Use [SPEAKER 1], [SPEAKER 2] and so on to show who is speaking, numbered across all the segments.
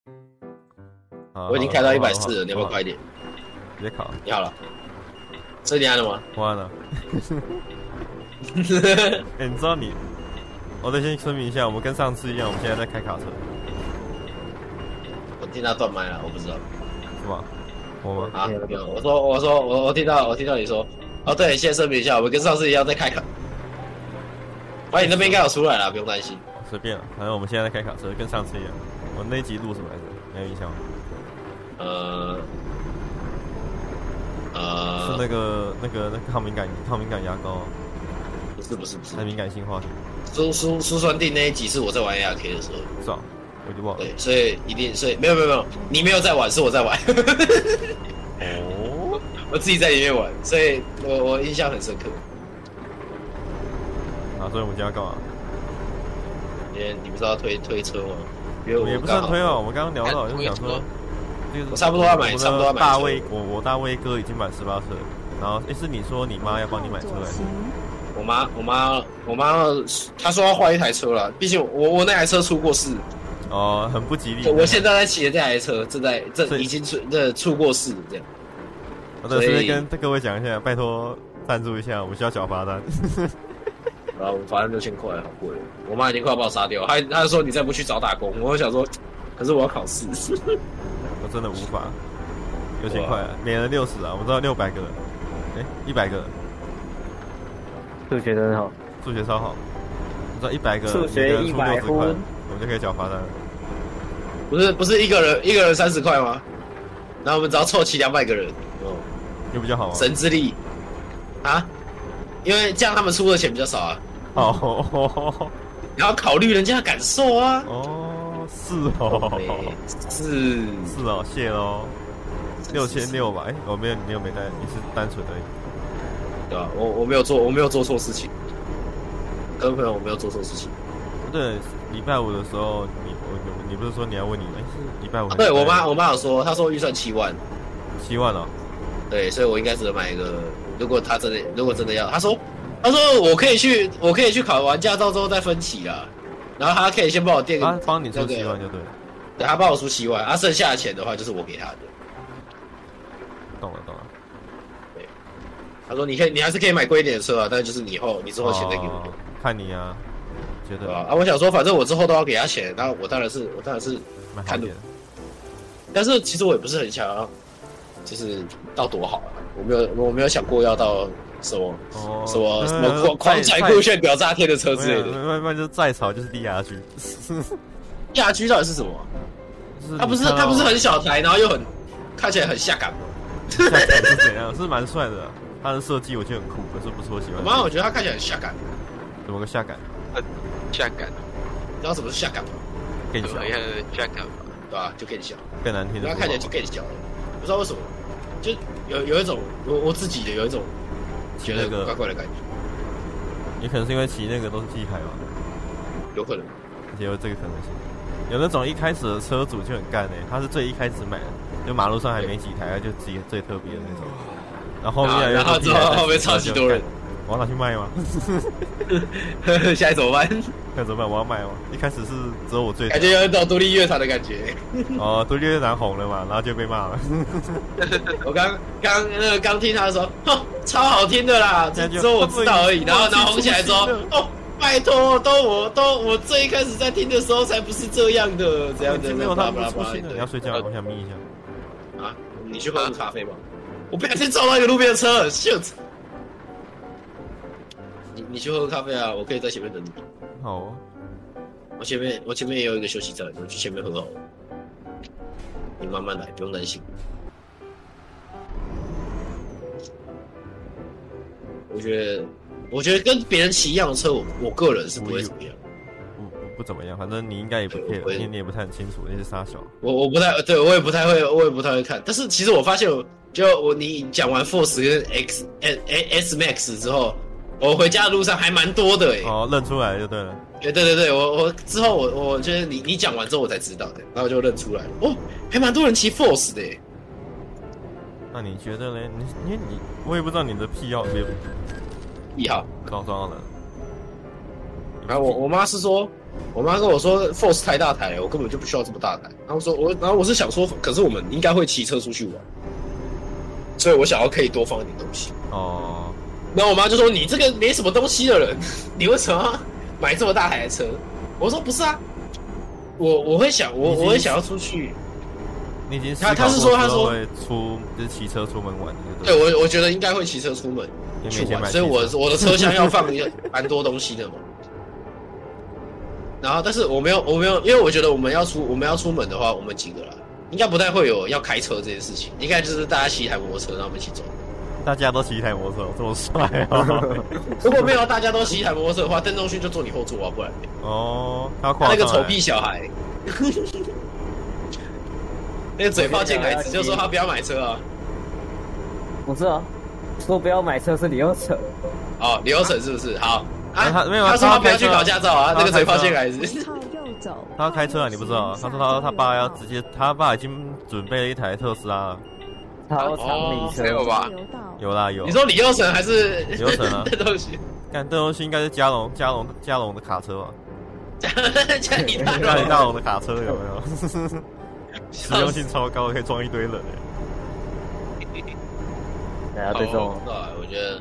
[SPEAKER 1] 啊好
[SPEAKER 2] 我已经开到一百四了，
[SPEAKER 1] 好
[SPEAKER 2] 你要不要快一点？
[SPEAKER 1] 别考了，
[SPEAKER 2] 你好了，这里按了 吗？
[SPEAKER 1] 我按了。哎、你知道你，我再先声明一下，我们跟上次一样，我们现在在开卡车，
[SPEAKER 2] 我听到断麦了，我不知道。
[SPEAKER 1] 是吧？我吗？
[SPEAKER 2] 啊，没有，我说我说我我听到我听到你说，哦对，先声明一下，我们跟上次一样在开卡，反正你那边应该有出来了，不用担心。
[SPEAKER 1] 哦随便了，反正我们现在在开卡车，跟上次一样。我那一集录什么来着？没有印象吗？
[SPEAKER 2] 呃
[SPEAKER 1] 是
[SPEAKER 2] 呃，
[SPEAKER 1] 那个那个那个抗敏感抗敏感牙膏啊，
[SPEAKER 2] 不是不是不是
[SPEAKER 1] 那，敏感性话题，
[SPEAKER 2] 苏苏苏酸定那一集是我在玩 ARK 的时候，
[SPEAKER 1] 是吧？我就忘了。
[SPEAKER 2] 对，所以一定所以没有没有没有，你没有在玩，是我在玩，
[SPEAKER 1] 哦，
[SPEAKER 2] 我自己在里面玩，所以我我印象很深刻。
[SPEAKER 1] 啊，所以我们今天要干嘛？
[SPEAKER 2] 因为你不是要推推车吗？因为
[SPEAKER 1] 我们也不算
[SPEAKER 2] 刚好哎
[SPEAKER 1] 推哦，我们刚刚聊到，就想
[SPEAKER 3] 我
[SPEAKER 1] 说
[SPEAKER 3] 也，
[SPEAKER 1] 就是
[SPEAKER 2] 我差不多要买
[SPEAKER 1] 我
[SPEAKER 2] 差不多
[SPEAKER 1] 的
[SPEAKER 2] 要买
[SPEAKER 1] 大
[SPEAKER 2] 车
[SPEAKER 1] 卫，我我大卫哥已经满十八岁了，然后诶，是你说你妈要帮你买车
[SPEAKER 4] 左
[SPEAKER 1] 来着
[SPEAKER 4] 行，
[SPEAKER 2] 我妈，我妈，我妈，她说要换一台车了。毕竟我我那台车出过事，
[SPEAKER 1] 哦，很不吉利。
[SPEAKER 2] 我现在在骑的这台车正在这
[SPEAKER 1] 所以
[SPEAKER 2] 已经出这出过事这样。
[SPEAKER 1] 我在这
[SPEAKER 2] 所
[SPEAKER 1] 边
[SPEAKER 2] 以
[SPEAKER 1] 跟各位讲一下，拜托赞助一下，我们需要缴罚单。
[SPEAKER 2] 然后罚单六千块，好贵。我妈已经快要把我杀掉，她她说你再不去找打工，我想说，可是我要考 试。
[SPEAKER 1] 我真的无法，六千
[SPEAKER 2] 哇
[SPEAKER 1] 块啊每人六十啊，我们知道六百个人，哎，一百个人，
[SPEAKER 5] 数学真好，
[SPEAKER 1] 数学超好，你知道一百个人
[SPEAKER 5] 数学
[SPEAKER 1] 每个人出
[SPEAKER 5] 100
[SPEAKER 1] 六十块，
[SPEAKER 5] 分
[SPEAKER 1] 我们就可以缴罚单了。
[SPEAKER 2] 不是不是一个人一个人三十块吗？然后我们只要凑齐两百个人，哦，
[SPEAKER 1] 有比较好吗？
[SPEAKER 2] 神之力啊！因为这样他们出的钱比较少啊，
[SPEAKER 1] 哦哦
[SPEAKER 2] 你要考虑人家的感受啊。
[SPEAKER 1] 哦，是
[SPEAKER 2] 对
[SPEAKER 1] 哦，
[SPEAKER 2] 是
[SPEAKER 1] 是哦，谢喽，六千六吧？哎，我没有，你没有没带，你是单纯的。
[SPEAKER 2] 对吧、我我没有做，我没有做错事情，各位朋友，我没有做错事
[SPEAKER 1] 哦
[SPEAKER 2] 情。
[SPEAKER 1] 不对，礼拜五的时候，你我你你不是说你要问你哎，是礼拜五
[SPEAKER 2] 啊、对我妈，我妈有说，她说预算七万，
[SPEAKER 1] 七万哦，
[SPEAKER 2] 对，所以我应该只能买一个。如果她真的，如果真的要，她说，她说我可以去，我可以去考完驾照之后再分期啦。然后她可以先帮我垫个，
[SPEAKER 1] 啊，帮你出
[SPEAKER 2] 那个
[SPEAKER 1] 七万就对了，
[SPEAKER 2] 对她帮我出七万，啊，剩下的钱的话就是我给她的。
[SPEAKER 1] 懂了懂了。
[SPEAKER 2] 她说你可以，你还是可以买贵一点的车啊，但就是你以后你之后钱再给我，
[SPEAKER 1] 哦看你啊，觉
[SPEAKER 2] 对
[SPEAKER 1] 得
[SPEAKER 2] 吧？啊，我想说，反正我之后都要给她钱，然后我当然是，我当然是
[SPEAKER 1] 蛮好一点的。
[SPEAKER 2] 但是其实我也不是很想要，就是到多好啊！我没有，我没有想过要到什么、
[SPEAKER 1] 哦，
[SPEAKER 2] 什么
[SPEAKER 1] 那
[SPEAKER 2] 什么狂狂拽酷炫屌炸天的车
[SPEAKER 1] 再
[SPEAKER 2] 之类
[SPEAKER 1] 没
[SPEAKER 2] 的。
[SPEAKER 1] 有没有没有就是再吵就是低压 区。
[SPEAKER 2] 亚居到底是什么？
[SPEAKER 1] 就是
[SPEAKER 2] 它不是
[SPEAKER 1] 你看哦到
[SPEAKER 2] 它不是很小台，然后又很看起来很下感吗？
[SPEAKER 1] 下场是怎样？是蛮帅的啊，他的设计我觉得很酷，可是不是我喜欢的。
[SPEAKER 2] 我妈，我觉得它看起来很下感。
[SPEAKER 1] 怎么个下感？
[SPEAKER 3] 下感，
[SPEAKER 2] 你知道什么是下感吗？
[SPEAKER 1] 更
[SPEAKER 3] 怎
[SPEAKER 1] 小
[SPEAKER 3] 么，样的下感吧？
[SPEAKER 2] 对吧、就更小，
[SPEAKER 1] 更难听的说
[SPEAKER 2] 然后
[SPEAKER 1] 法。
[SPEAKER 2] 看起来就更小了。不知道为什么，就有有一种我我自己的有一种觉
[SPEAKER 1] 那
[SPEAKER 2] 得
[SPEAKER 1] 个
[SPEAKER 2] 怪怪的感觉，
[SPEAKER 1] 也可能是因为骑那个都是 T 牌嘛，
[SPEAKER 2] 有可能。
[SPEAKER 1] 也有这个可能性。有那种一开始的车主就很干哎、他是最一开始买的，就马路上还没几台，他就自己最特别的那种。然后后面越来越
[SPEAKER 2] 啊然
[SPEAKER 1] 多
[SPEAKER 2] 后
[SPEAKER 1] T
[SPEAKER 2] 之
[SPEAKER 1] 牌
[SPEAKER 2] 后
[SPEAKER 1] 在
[SPEAKER 2] 后面
[SPEAKER 1] 骑
[SPEAKER 2] 超级多人，，
[SPEAKER 1] 我要拿去卖吗？
[SPEAKER 2] 现在怎么办？
[SPEAKER 1] 那怎么办？我要卖吗？一开始是只有我最
[SPEAKER 2] 感觉有一种独立乐团的感觉。
[SPEAKER 1] 哦，独立乐团红了嘛，然后就被骂了。
[SPEAKER 2] 我刚刚那个刚听他说，哼，超好听的啦，只
[SPEAKER 1] 那就
[SPEAKER 2] 只有我知道而已。
[SPEAKER 1] 根本忘
[SPEAKER 2] 然后
[SPEAKER 1] 记
[SPEAKER 2] 然后红起来之后
[SPEAKER 1] 初心，
[SPEAKER 2] 哦，拜托，都我都我最一开始在听的时候才不是这样的，这样的，
[SPEAKER 1] 哎没有他
[SPEAKER 2] 巴拉巴
[SPEAKER 1] 们
[SPEAKER 2] 拉
[SPEAKER 1] 出
[SPEAKER 2] 巴拉
[SPEAKER 1] 新的，你要睡觉
[SPEAKER 2] 呃
[SPEAKER 1] 了，我想眯一下。
[SPEAKER 2] 啊，你去喝个咖啡吧。我不小心撞到一个路边的车，shit。你你去喝个咖啡啊，我可以在前面等你。
[SPEAKER 1] 好、哦，
[SPEAKER 2] 我前面我前面也有一个休息站，我去前面喝好了。你慢慢来，不用担心。我觉得，我觉得跟别人骑一样的车，我我个人是不会怎么样。
[SPEAKER 1] 不不不怎么样，反正你应该也不
[SPEAKER 2] 对
[SPEAKER 1] care，
[SPEAKER 2] 我也
[SPEAKER 1] 你你也不太很清楚那些傻小。
[SPEAKER 2] 我我不太对，我也不太会，我也不太会看。但是其实我发现我，就我你讲完 Force 跟 X S S Max 之后，我回家的路上还蛮多的诶、欸。
[SPEAKER 1] 哦，认出来就对了。
[SPEAKER 2] 哎对对对对，我我之后我我觉得你你讲完之后我才知道的，然后我就认出来了。哦，还蛮多人骑 Force 的、欸。
[SPEAKER 1] 那你觉得嘞？你因为你我也不知道你的癖好，别
[SPEAKER 2] 一号。
[SPEAKER 1] 装装的。
[SPEAKER 2] 然后我我妈是说，我妈跟我说 Force 太大台了，我根本就不需要这么大台。然后说我，然后我是想说，可是我们应该会骑车出去玩，所以我想要可以多放一点东西。
[SPEAKER 1] 哦，
[SPEAKER 2] 然后我妈就说：“你这个没什么东西的人，你为什么要买这么大台的车？”我说：“不是啊，我我会想，我
[SPEAKER 1] 你已经
[SPEAKER 2] 我会想要出去。
[SPEAKER 1] 你已经
[SPEAKER 2] 他
[SPEAKER 1] 思考
[SPEAKER 2] 他是说
[SPEAKER 1] 过
[SPEAKER 2] 他
[SPEAKER 1] 之后
[SPEAKER 2] 说
[SPEAKER 1] 会出就是骑车出门玩的，
[SPEAKER 2] 对
[SPEAKER 1] 不
[SPEAKER 2] 我，我觉得应该会骑车出门
[SPEAKER 1] 因为
[SPEAKER 2] 去
[SPEAKER 1] 没钱
[SPEAKER 2] 玩，
[SPEAKER 1] 买
[SPEAKER 2] 所以我
[SPEAKER 1] 汽车
[SPEAKER 2] 我的车厢 要放一个蛮多东西的嘛。然后，但是我没有，我没有，因为我觉得我们要出我们要出门的话，我们几个啦，应该不太会有要开车这件事情，应该就是大家骑一台摩托车，然后我们一起走。
[SPEAKER 1] 大家都骑一台摩托车，这么帅哦！
[SPEAKER 2] 如果没有大家都骑一台摩托车的话，邓中勋就坐你后座啊，不然
[SPEAKER 1] 哦，他要
[SPEAKER 2] 他
[SPEAKER 1] 跨
[SPEAKER 2] 那个
[SPEAKER 1] 上来
[SPEAKER 2] 臭屁小 孩，那个嘴炮贱孩子就说他不要买车啊。
[SPEAKER 5] 不是啊，说不要买车是你要扯，
[SPEAKER 2] 哦，刘成是不是？好啊，
[SPEAKER 1] 啊他没有啊
[SPEAKER 2] 他说他
[SPEAKER 1] 他
[SPEAKER 2] 不要
[SPEAKER 1] 开车
[SPEAKER 2] 去考驾照啊，
[SPEAKER 1] 他
[SPEAKER 2] 那个嘴
[SPEAKER 1] 开车
[SPEAKER 2] 炮贱孩子。
[SPEAKER 4] 靠右走。
[SPEAKER 1] 他要开车啊，你不知道啊？他说他他爸要直接，他爸已经准备了一台特斯拉了，
[SPEAKER 5] 超长里
[SPEAKER 3] 没有
[SPEAKER 5] 车，
[SPEAKER 3] 吧？
[SPEAKER 1] 有啦有
[SPEAKER 2] 你。说李佑成还是
[SPEAKER 1] 李佑成 啊
[SPEAKER 2] 邓东勋？
[SPEAKER 1] 看邓荣勋应该是加龙加龙加龙的卡车吧？
[SPEAKER 2] 加你 大
[SPEAKER 1] 加里
[SPEAKER 2] 佬，
[SPEAKER 1] 大龙的卡车有没有？ 实用性超高，可以装一堆人欸
[SPEAKER 5] 然后这种
[SPEAKER 2] 哦啊我觉得，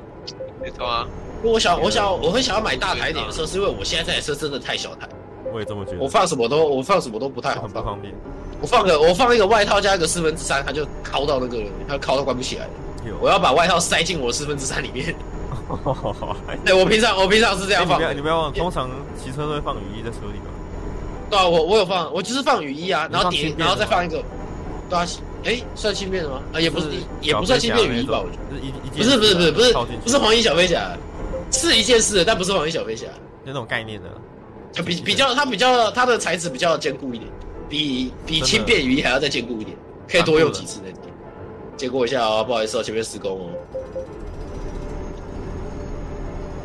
[SPEAKER 3] 没错啊，
[SPEAKER 2] 因为我想，我想，我会想要买大台一点的车，是因为我现在这台车真的太小台，
[SPEAKER 1] 我也这么觉得。
[SPEAKER 2] 我放什么都我放什么都不太好
[SPEAKER 1] 很不
[SPEAKER 2] 放。
[SPEAKER 1] 方便。
[SPEAKER 2] 我放个我放一个外套加一个四分之三，它就靠到那个，它靠到关不起来。
[SPEAKER 1] 有
[SPEAKER 2] 我要把外套塞进我四分之三里面。
[SPEAKER 1] 哎
[SPEAKER 2] 对我平常我平常是这样
[SPEAKER 1] 你
[SPEAKER 2] 放
[SPEAKER 1] 不
[SPEAKER 2] 的，
[SPEAKER 1] 要你不要忘了，通常骑车都会放雨衣在车里嘛。
[SPEAKER 2] 对啊，我我有放，我就是放雨衣啊，
[SPEAKER 1] 你
[SPEAKER 2] 然后
[SPEAKER 1] 放
[SPEAKER 2] 叠
[SPEAKER 1] 轻，便
[SPEAKER 2] 然后再
[SPEAKER 1] 的吗
[SPEAKER 2] 放一个，对啊，哎，算轻便的吗？啊，也不是
[SPEAKER 1] 就，
[SPEAKER 2] 也不算轻便雨衣吧，我觉得。
[SPEAKER 1] 得。就是一一
[SPEAKER 2] 不是不是不是不是
[SPEAKER 1] 套进去
[SPEAKER 2] 不是黄衣小飞侠，是一件事，但不是黄衣小飞侠，
[SPEAKER 1] 就那种概念的。
[SPEAKER 2] 就比比较它比较它的材质比较坚固一点，比比
[SPEAKER 1] 真的
[SPEAKER 2] 轻便雨衣还要再坚固一点，可以多用几次那种。结果一下哦，不好意思哦，前面施工哦。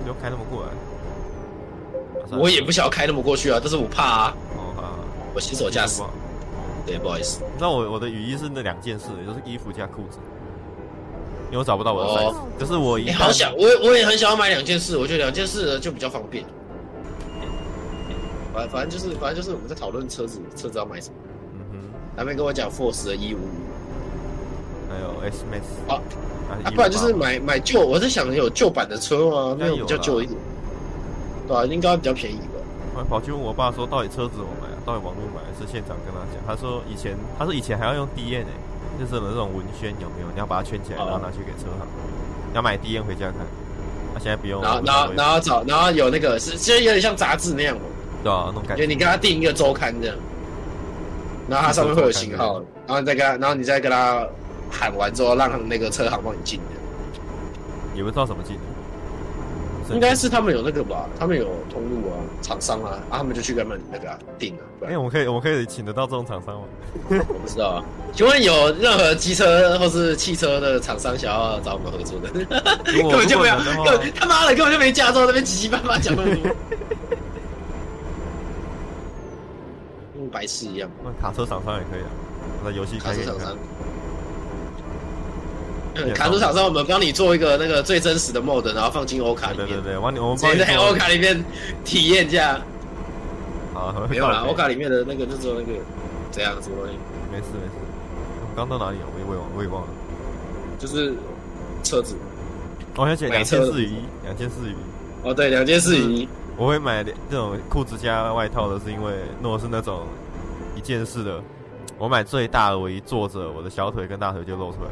[SPEAKER 1] 不用开那么过来。啊
[SPEAKER 2] 我也不想要开那么过去啊，但是我怕啊，
[SPEAKER 1] 哦啊，
[SPEAKER 2] 我新手驾驶，对，不好意思。
[SPEAKER 1] 你知道我我的雨衣是那两件事，也就是衣服加裤子，因为我找不到我的 size，、
[SPEAKER 4] 哦
[SPEAKER 1] 就是我一
[SPEAKER 2] 你
[SPEAKER 1] 旦
[SPEAKER 2] 哎好想，我也我也很想要买两件事，我觉得两件事呢就比较方便。反反正就是反正就是我们在讨论车子车子要买什么，
[SPEAKER 1] 嗯
[SPEAKER 2] 他们跟我讲 Force 的一五五。
[SPEAKER 1] 哼，还有 S Max
[SPEAKER 2] 啊
[SPEAKER 1] 还
[SPEAKER 2] 啊，
[SPEAKER 1] 衣服
[SPEAKER 2] 不然就是
[SPEAKER 1] 吧
[SPEAKER 2] 买买旧，我在想有旧版的车吗？那
[SPEAKER 1] 应该有
[SPEAKER 2] 种
[SPEAKER 1] 啦
[SPEAKER 2] 比较旧一点，对啊，应该比较便宜吧。
[SPEAKER 1] 我还跑去问我爸说，到底车子我买、啊，到底网络买还是现场跟他讲？他说以前他说以前还要用 D N 呢、就是有那种文宣有没有？你要把它圈起来，
[SPEAKER 2] 哦
[SPEAKER 1] 然后拿去给车行，你要买 D N 回家看。他、现在不用
[SPEAKER 2] 然
[SPEAKER 1] 了，
[SPEAKER 2] 后然后然
[SPEAKER 1] 后
[SPEAKER 2] 后找然后有那个是其实有点像杂志那样嘛，
[SPEAKER 1] 对啊，那种感
[SPEAKER 2] 就
[SPEAKER 1] 觉
[SPEAKER 2] 你跟他订一个周刊这样，然后它上面会有型号，然后你再跟他，然后你再跟他喊完之后，让那个车行帮你进的，
[SPEAKER 1] 也不知道什么技能，
[SPEAKER 2] 应该是他们有那个吧，他们有通路啊，厂商啊，啊他们就去跟他们那个啊订啊，不
[SPEAKER 1] 哎、
[SPEAKER 2] 然
[SPEAKER 1] 我们可以我们可以请得到这种厂商吗？
[SPEAKER 2] 我不知道啊。请问有任何机车或是汽车的厂商想要找我们合作的？
[SPEAKER 1] 如果
[SPEAKER 2] 根本就没有，
[SPEAKER 1] 如
[SPEAKER 2] 根
[SPEAKER 1] 果能的话
[SPEAKER 2] 本他妈的根本就没驾照，那边七七八八讲那么多，跟白痴一样。
[SPEAKER 1] 那卡车厂商也可以啊，那游戏
[SPEAKER 2] 卡
[SPEAKER 1] 开
[SPEAKER 2] 车
[SPEAKER 1] 给你
[SPEAKER 2] 厂
[SPEAKER 1] 看
[SPEAKER 2] 商。，卡车厂商，我们帮你做一个那个最真实的 mod，然后放进欧卡里
[SPEAKER 1] 对对
[SPEAKER 2] 面，
[SPEAKER 1] 对，我你我们
[SPEAKER 2] 直
[SPEAKER 1] 帮
[SPEAKER 2] 接
[SPEAKER 1] 你
[SPEAKER 2] 在
[SPEAKER 1] 做
[SPEAKER 2] 欧卡里面体验一下。
[SPEAKER 1] 好，
[SPEAKER 2] 没有啦，
[SPEAKER 1] 到底
[SPEAKER 2] 欧卡里面的那个就只有那个怎样什么东西，
[SPEAKER 1] 没事没事。我们刚到哪里了？啊我也忘了，我也忘了。
[SPEAKER 2] 就是车子。
[SPEAKER 1] 我想起
[SPEAKER 2] 买
[SPEAKER 1] 两
[SPEAKER 2] 车
[SPEAKER 1] 件四雨衣，两件四雨衣。
[SPEAKER 2] 哦，对，两件事情。
[SPEAKER 1] 我会买这种裤子加外套的，是因为如果是那种一件式的，我买最大的，我一坐着，我的小腿跟大腿就露出来，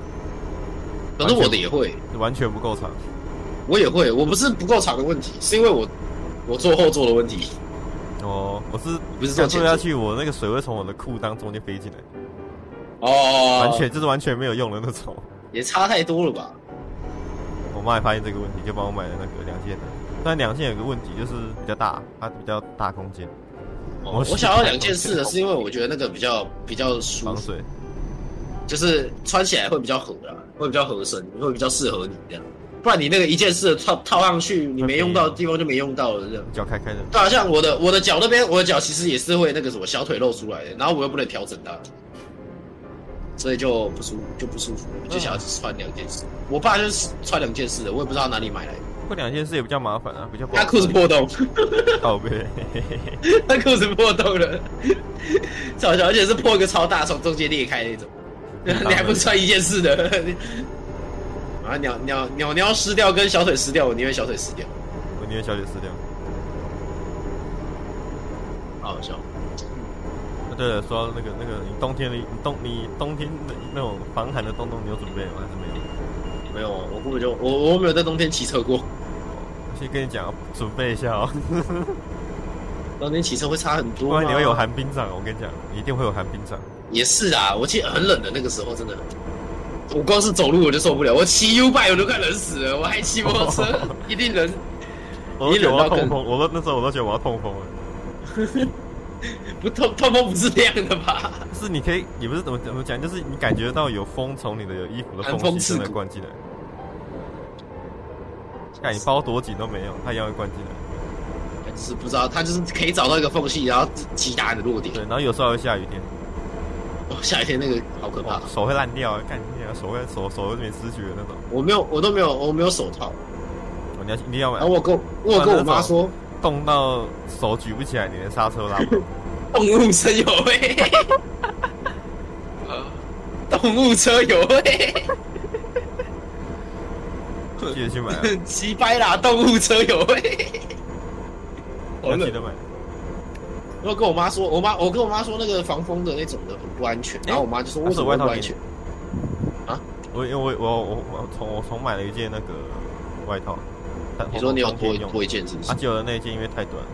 [SPEAKER 2] 可是我的也会，
[SPEAKER 1] 完全不够长。
[SPEAKER 2] 我也会，我不是不够长的问题，是因为我我坐后座的问题。
[SPEAKER 1] 哦，我是
[SPEAKER 2] 不是坐
[SPEAKER 1] 这样
[SPEAKER 2] 前
[SPEAKER 1] 坐下
[SPEAKER 2] 座
[SPEAKER 1] 去，我那个水会从我的裤裆中间飞进来，
[SPEAKER 2] 哦，
[SPEAKER 1] 完全就是完全没有用的那种。
[SPEAKER 2] 也差太多了吧？
[SPEAKER 1] 我妈也发现这个问题，就帮我买了那个两件的。但两件有个问题就是比较大，它比较大空间，
[SPEAKER 2] 哦
[SPEAKER 1] 我
[SPEAKER 2] 我想要两件事的是因为我觉得那个比较比较舒
[SPEAKER 1] 防
[SPEAKER 2] 服，
[SPEAKER 1] 水。
[SPEAKER 2] 就是穿起来会比较合啦，会比较合身，会比较适合你这样。不然你那个一件事套套上去，你没用到的地方就没用到了这样。
[SPEAKER 1] 脚开开的，
[SPEAKER 2] 对啊，像我的我的脚那边，我的脚其实也是会那个什么小腿露出来的，然后我又不能调整它，所以就
[SPEAKER 1] 嗯
[SPEAKER 2] 不舒服就不舒服了，我就想要穿两件事。我爸就是穿两件事的，我也不知道哪里买来的。
[SPEAKER 1] 过两件事也比较麻烦啊，比较不好
[SPEAKER 2] 他裤子破洞，
[SPEAKER 1] 倒背，嘿嘿嘿
[SPEAKER 2] 他裤子破洞了，超好笑，而且是破一个超大，从中间裂开那种。 你还不穿一件事的？啊，鸟鸟鸟鸟湿掉跟小腿湿掉，我宁愿小腿湿掉，
[SPEAKER 1] 我宁愿小姐撕掉。
[SPEAKER 2] 好好笑。
[SPEAKER 1] 啊对了，说到那个那个，你冬天的你冬你冬天的那种防寒的洞洞，你有准备吗？还是没有？
[SPEAKER 2] 没有啊，我根本就我我没有在冬天骑车过，
[SPEAKER 1] 先跟你讲，准备一下哦，
[SPEAKER 2] 冬天骑车会差很多啊
[SPEAKER 1] 不
[SPEAKER 2] 嘛。
[SPEAKER 1] 哦然你会有寒冰掌。我跟你讲，你一定会有寒冰掌。
[SPEAKER 2] 也是啊，我记得很冷的那个时候，真的，我光是走路我就受不了，我骑 U bike 我都快冷死了，我还骑摩托 车，一定冷。
[SPEAKER 1] 我都
[SPEAKER 2] 你
[SPEAKER 1] 觉得
[SPEAKER 2] 冷
[SPEAKER 1] 我要
[SPEAKER 2] 到
[SPEAKER 1] 痛
[SPEAKER 2] 跟
[SPEAKER 1] 风，我都那时候我都觉得我要痛风了。
[SPEAKER 2] 不痛痛风不是这样的吧？
[SPEAKER 1] 是你可以，也不是怎么怎么讲，就是你感觉到有风从你的衣服的
[SPEAKER 2] 寒
[SPEAKER 1] 缝
[SPEAKER 2] 风
[SPEAKER 1] 隙
[SPEAKER 2] 刺
[SPEAKER 1] 真的
[SPEAKER 2] 骨
[SPEAKER 1] 灌进来，看你包多紧都没有，它一样会灌进来。
[SPEAKER 2] 哎就是不知道，他就是可以找到一个缝隙，然后击打你的弱点
[SPEAKER 1] 对，。然后有时候还会下雨天，
[SPEAKER 2] 哦，下雨天那个好可怕
[SPEAKER 1] 哇，，手会烂掉，干你啊，手会手手会没知觉的那种。
[SPEAKER 2] 我没有，我都没有，我没有手套。
[SPEAKER 1] 哦你要一定要买
[SPEAKER 2] 然后，我跟我我有跟我妈说，
[SPEAKER 1] 冻到手举不起来，你连刹车都拉不动。
[SPEAKER 2] 动物车友会，
[SPEAKER 3] 呃，
[SPEAKER 2] 动物车友会，
[SPEAKER 1] 记得去 买啊，
[SPEAKER 2] 击败啦，动物车友会。 好
[SPEAKER 1] 要
[SPEAKER 2] 冷
[SPEAKER 1] 记得买。
[SPEAKER 2] 我跟我妈说，我妈我跟我妈说那个防风的那种的很不安全，然后我妈就说
[SPEAKER 1] 那
[SPEAKER 2] 为
[SPEAKER 1] 是
[SPEAKER 2] 什么
[SPEAKER 1] 外
[SPEAKER 2] 会
[SPEAKER 1] 套
[SPEAKER 2] 不
[SPEAKER 1] 给
[SPEAKER 2] 安
[SPEAKER 1] 你
[SPEAKER 2] 全？
[SPEAKER 1] 我因为我我我我从我从买了一件那个外套，但
[SPEAKER 2] 你说你有
[SPEAKER 1] 冬
[SPEAKER 2] 多
[SPEAKER 1] 天用的
[SPEAKER 2] 多一件是不是
[SPEAKER 1] 啊，？结果那一件因为太短了，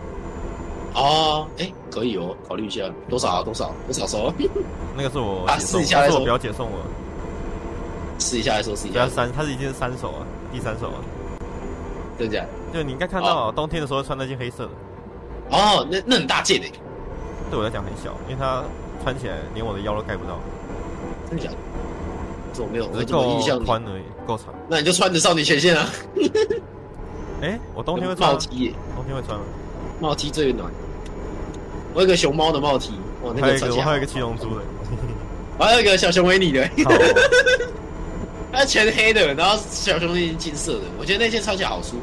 [SPEAKER 2] 哦，哎，可以哦，考虑一下多少啊？多少？多少收？
[SPEAKER 1] 那个是我
[SPEAKER 2] 啊
[SPEAKER 1] 姐
[SPEAKER 2] 试
[SPEAKER 1] 送
[SPEAKER 2] 一
[SPEAKER 1] 我
[SPEAKER 2] 下
[SPEAKER 1] 那
[SPEAKER 2] 再
[SPEAKER 1] 是我
[SPEAKER 2] 说
[SPEAKER 1] 表姐送我的。
[SPEAKER 2] 试一下来说，试一
[SPEAKER 1] 不要
[SPEAKER 2] 下，
[SPEAKER 1] 三，它是一件三手啊，第三手啊，
[SPEAKER 2] 真假的？
[SPEAKER 1] 就你应该看到、啊，冬天的时候穿那件黑色的，
[SPEAKER 2] 哦，那那很大件诶，
[SPEAKER 1] 对我来讲很小，因为它穿起来连我的腰都盖不到，
[SPEAKER 2] 真假的？这我没有，
[SPEAKER 1] 只
[SPEAKER 2] 我
[SPEAKER 1] 是
[SPEAKER 2] 怎么
[SPEAKER 1] 够
[SPEAKER 2] 印象你？
[SPEAKER 1] 宽而已，够长。
[SPEAKER 2] 那你就穿着少女前线啊，
[SPEAKER 1] 哎、我冬天会穿
[SPEAKER 2] 帽
[SPEAKER 1] 啊，
[SPEAKER 2] T 耶，
[SPEAKER 1] 冬天会穿吗？
[SPEAKER 2] 帽 T 最暖。我有一个熊猫的帽 T，哇，那
[SPEAKER 1] 还有
[SPEAKER 2] 个
[SPEAKER 1] 一
[SPEAKER 2] 穿
[SPEAKER 1] 个，
[SPEAKER 2] 起
[SPEAKER 1] 我
[SPEAKER 2] 来
[SPEAKER 1] 还
[SPEAKER 2] 好
[SPEAKER 1] 有一个七龙珠 的，
[SPEAKER 2] 我还有一个小熊维尼的，
[SPEAKER 1] 好哦
[SPEAKER 2] 它全黑的，然后小熊维尼金色的，我觉得那件穿起来好舒服。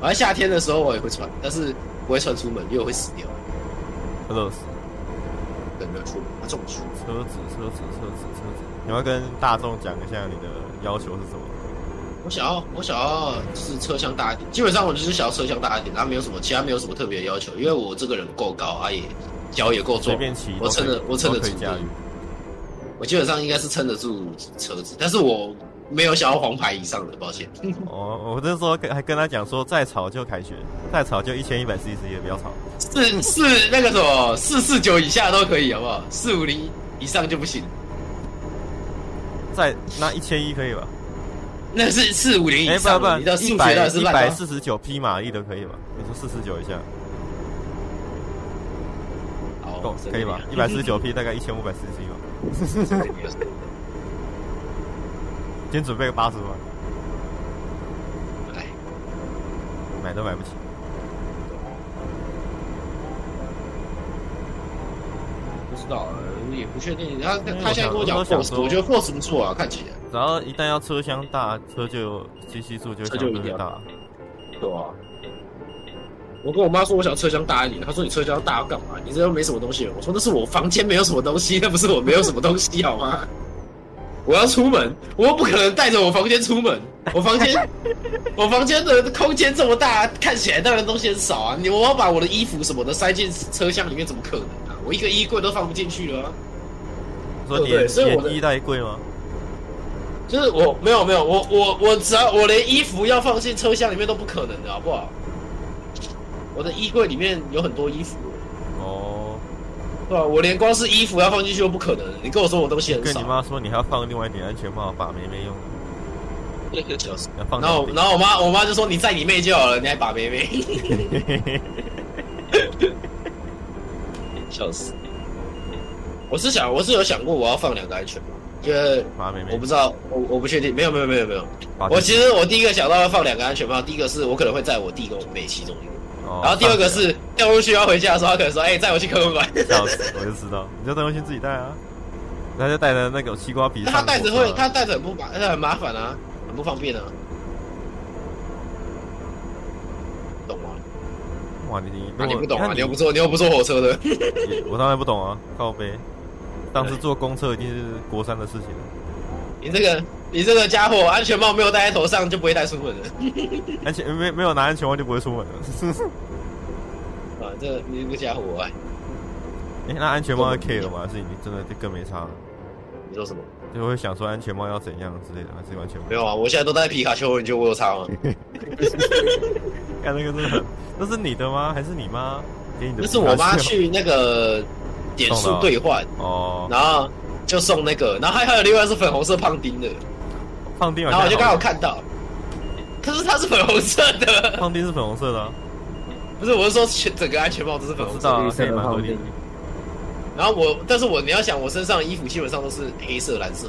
[SPEAKER 2] 而夏天的时候我也会穿，但是不会穿出门，因为我会死掉，
[SPEAKER 1] 热死，
[SPEAKER 2] 冷的出门，它中暑。
[SPEAKER 1] 车子车子车子车子，你要跟大众讲一下你的要求是什么？
[SPEAKER 2] 我想要，我想要就是车厢大一点。基本上我就是想要车厢大一点，然后没有什么其他没有什么特别的要求，因为我这个人够高啊也，脚也够
[SPEAKER 1] 随
[SPEAKER 2] 壮，
[SPEAKER 1] 便骑都
[SPEAKER 2] 我撑
[SPEAKER 1] 可以
[SPEAKER 2] 得我撑得
[SPEAKER 1] 都可以
[SPEAKER 2] 住
[SPEAKER 1] 驾驭。
[SPEAKER 2] 我基本上应该是撑得住车子，但是我没有想要黄牌以上的，抱歉。
[SPEAKER 1] 哦，我那时候跟还跟他讲说，再吵就凯旋，再吵就一千一百 CC 也不要吵。
[SPEAKER 2] 四四那个什么四四九以下都可以，好不好？四五零以上就不行，
[SPEAKER 1] 再那一千一可以吧？
[SPEAKER 2] 那是四五零
[SPEAKER 1] 哎、
[SPEAKER 2] 以
[SPEAKER 1] 不
[SPEAKER 2] 上的，
[SPEAKER 1] 不，
[SPEAKER 2] 你到四
[SPEAKER 1] 一
[SPEAKER 2] 五九到
[SPEAKER 1] 百
[SPEAKER 2] 底是
[SPEAKER 1] 一
[SPEAKER 2] 烂啊
[SPEAKER 1] 百
[SPEAKER 2] 吗？
[SPEAKER 1] 四十九匹马力的可以吗？你说四十九一下
[SPEAKER 2] 好
[SPEAKER 1] 够可以吧？一百四十九匹大概一千五百 CC 吧。今天准备个八十万，
[SPEAKER 2] 来，
[SPEAKER 1] 买都买不起。
[SPEAKER 2] 不知道，呃也不确定。他
[SPEAKER 1] 因为
[SPEAKER 2] 他现在跟我讲
[SPEAKER 1] 我想
[SPEAKER 2] Force，
[SPEAKER 1] 说
[SPEAKER 2] 我觉得 Force 不错啊，看起来。
[SPEAKER 1] 然后一旦要车厢大，车就机器数就相
[SPEAKER 2] 车就一
[SPEAKER 1] 对
[SPEAKER 2] 定要
[SPEAKER 1] 大。
[SPEAKER 2] 对啊。我跟我妈说我想车厢大一点，她说你车厢大要干嘛？你这又没什么东西。我说那是我房间没有什么东西，那不 是我没有什么东西好吗？我要出门，我又不可能带着我房间出门。我房间，我房间的空间这么大，看起来当然东西很少啊。你我要把我的衣服什么的塞进车厢里面，怎么可能啊？我一个衣柜都放不进去了啊、
[SPEAKER 1] 说
[SPEAKER 2] 哦对
[SPEAKER 1] 连
[SPEAKER 2] 所以我的
[SPEAKER 1] 连衣带贵吗？
[SPEAKER 2] 就是我没有没有，我我我只要我连衣服要放进车厢里面都不可能的，好不好？我的衣柜里面有很多衣服，
[SPEAKER 1] 哦，
[SPEAKER 2] 对吧、我连光是衣服要放进去都不可能。你跟我说我东西很
[SPEAKER 1] 跟
[SPEAKER 2] 少
[SPEAKER 1] 你，妈说你还要放另外一顶安全帽，把妹妹用的，
[SPEAKER 2] 就是
[SPEAKER 1] 要放
[SPEAKER 2] 然
[SPEAKER 1] 两
[SPEAKER 2] 后
[SPEAKER 1] 顶。
[SPEAKER 2] 然后我妈我妈就说你载你妹就好了，你还把妹妹， 笑死！我是想我是有想过我要放两个安全帽，因为
[SPEAKER 1] 把妹妹，
[SPEAKER 2] 我不知道我我不确定，没有没有没有没有，
[SPEAKER 1] 把妹妹
[SPEAKER 2] 我其实我第一个想到要放两个安全帽，第一个是我可能会载我弟跟我妹其中一个。
[SPEAKER 1] 哦
[SPEAKER 2] 然后第二个是掉过去要回家的时候，他可能说：“哎、载我去科目馆。
[SPEAKER 1] 哦笑死，我就知道，你就带回去自己带啊。他就带着那个西瓜”皮
[SPEAKER 2] 那
[SPEAKER 1] 上
[SPEAKER 2] 他
[SPEAKER 1] 火车啊，
[SPEAKER 2] 袋子会，他袋子很不麻，很麻烦啊，很不方便啊。
[SPEAKER 1] 哇，你你如果
[SPEAKER 2] 啊，你不懂啊，
[SPEAKER 1] 看
[SPEAKER 2] 你又不坐，你又不坐火车的，
[SPEAKER 1] 也我当然不懂啊，靠背。当时坐公车已经是国三的事情了，
[SPEAKER 2] 你这个你这个家伙安全帽没有戴在头上就不会戴出门了。
[SPEAKER 1] 安全没没有拿安全帽就不会出门了。
[SPEAKER 2] 啊，这个你这个家伙啊，
[SPEAKER 1] 哎、那安全帽 K 了吗？还是你真的就更没差了？
[SPEAKER 2] 你说什么？
[SPEAKER 1] 就会想说安全帽要怎样之类的，还是完全
[SPEAKER 2] 没有啊，我现在都戴皮卡丘，你觉得我有差吗？
[SPEAKER 1] 看那个真的很，那是你的吗？还是你妈给你的？
[SPEAKER 2] 那是我妈去那个点数兑换，
[SPEAKER 1] 哦，
[SPEAKER 2] 然后就送那个，然后还还有另外是粉红色胖丁的，
[SPEAKER 1] 胖丁好像
[SPEAKER 2] 然后我就刚好
[SPEAKER 1] 好
[SPEAKER 2] 看到，可是它是粉红色的，
[SPEAKER 1] 胖丁是粉红色的、啊，
[SPEAKER 2] 不是，我是说全整个安全帽都是粉
[SPEAKER 1] 我
[SPEAKER 2] 红
[SPEAKER 1] 知
[SPEAKER 2] 色
[SPEAKER 1] 道
[SPEAKER 2] 的。
[SPEAKER 1] 啊
[SPEAKER 5] 绿，
[SPEAKER 1] 可
[SPEAKER 5] 色
[SPEAKER 1] 以
[SPEAKER 5] 的
[SPEAKER 1] 蛮合
[SPEAKER 5] 胖
[SPEAKER 1] 理
[SPEAKER 5] 丁
[SPEAKER 1] 的。。
[SPEAKER 2] 然后我，但是我你要想，我身上的衣服基本上都是黑色、蓝色，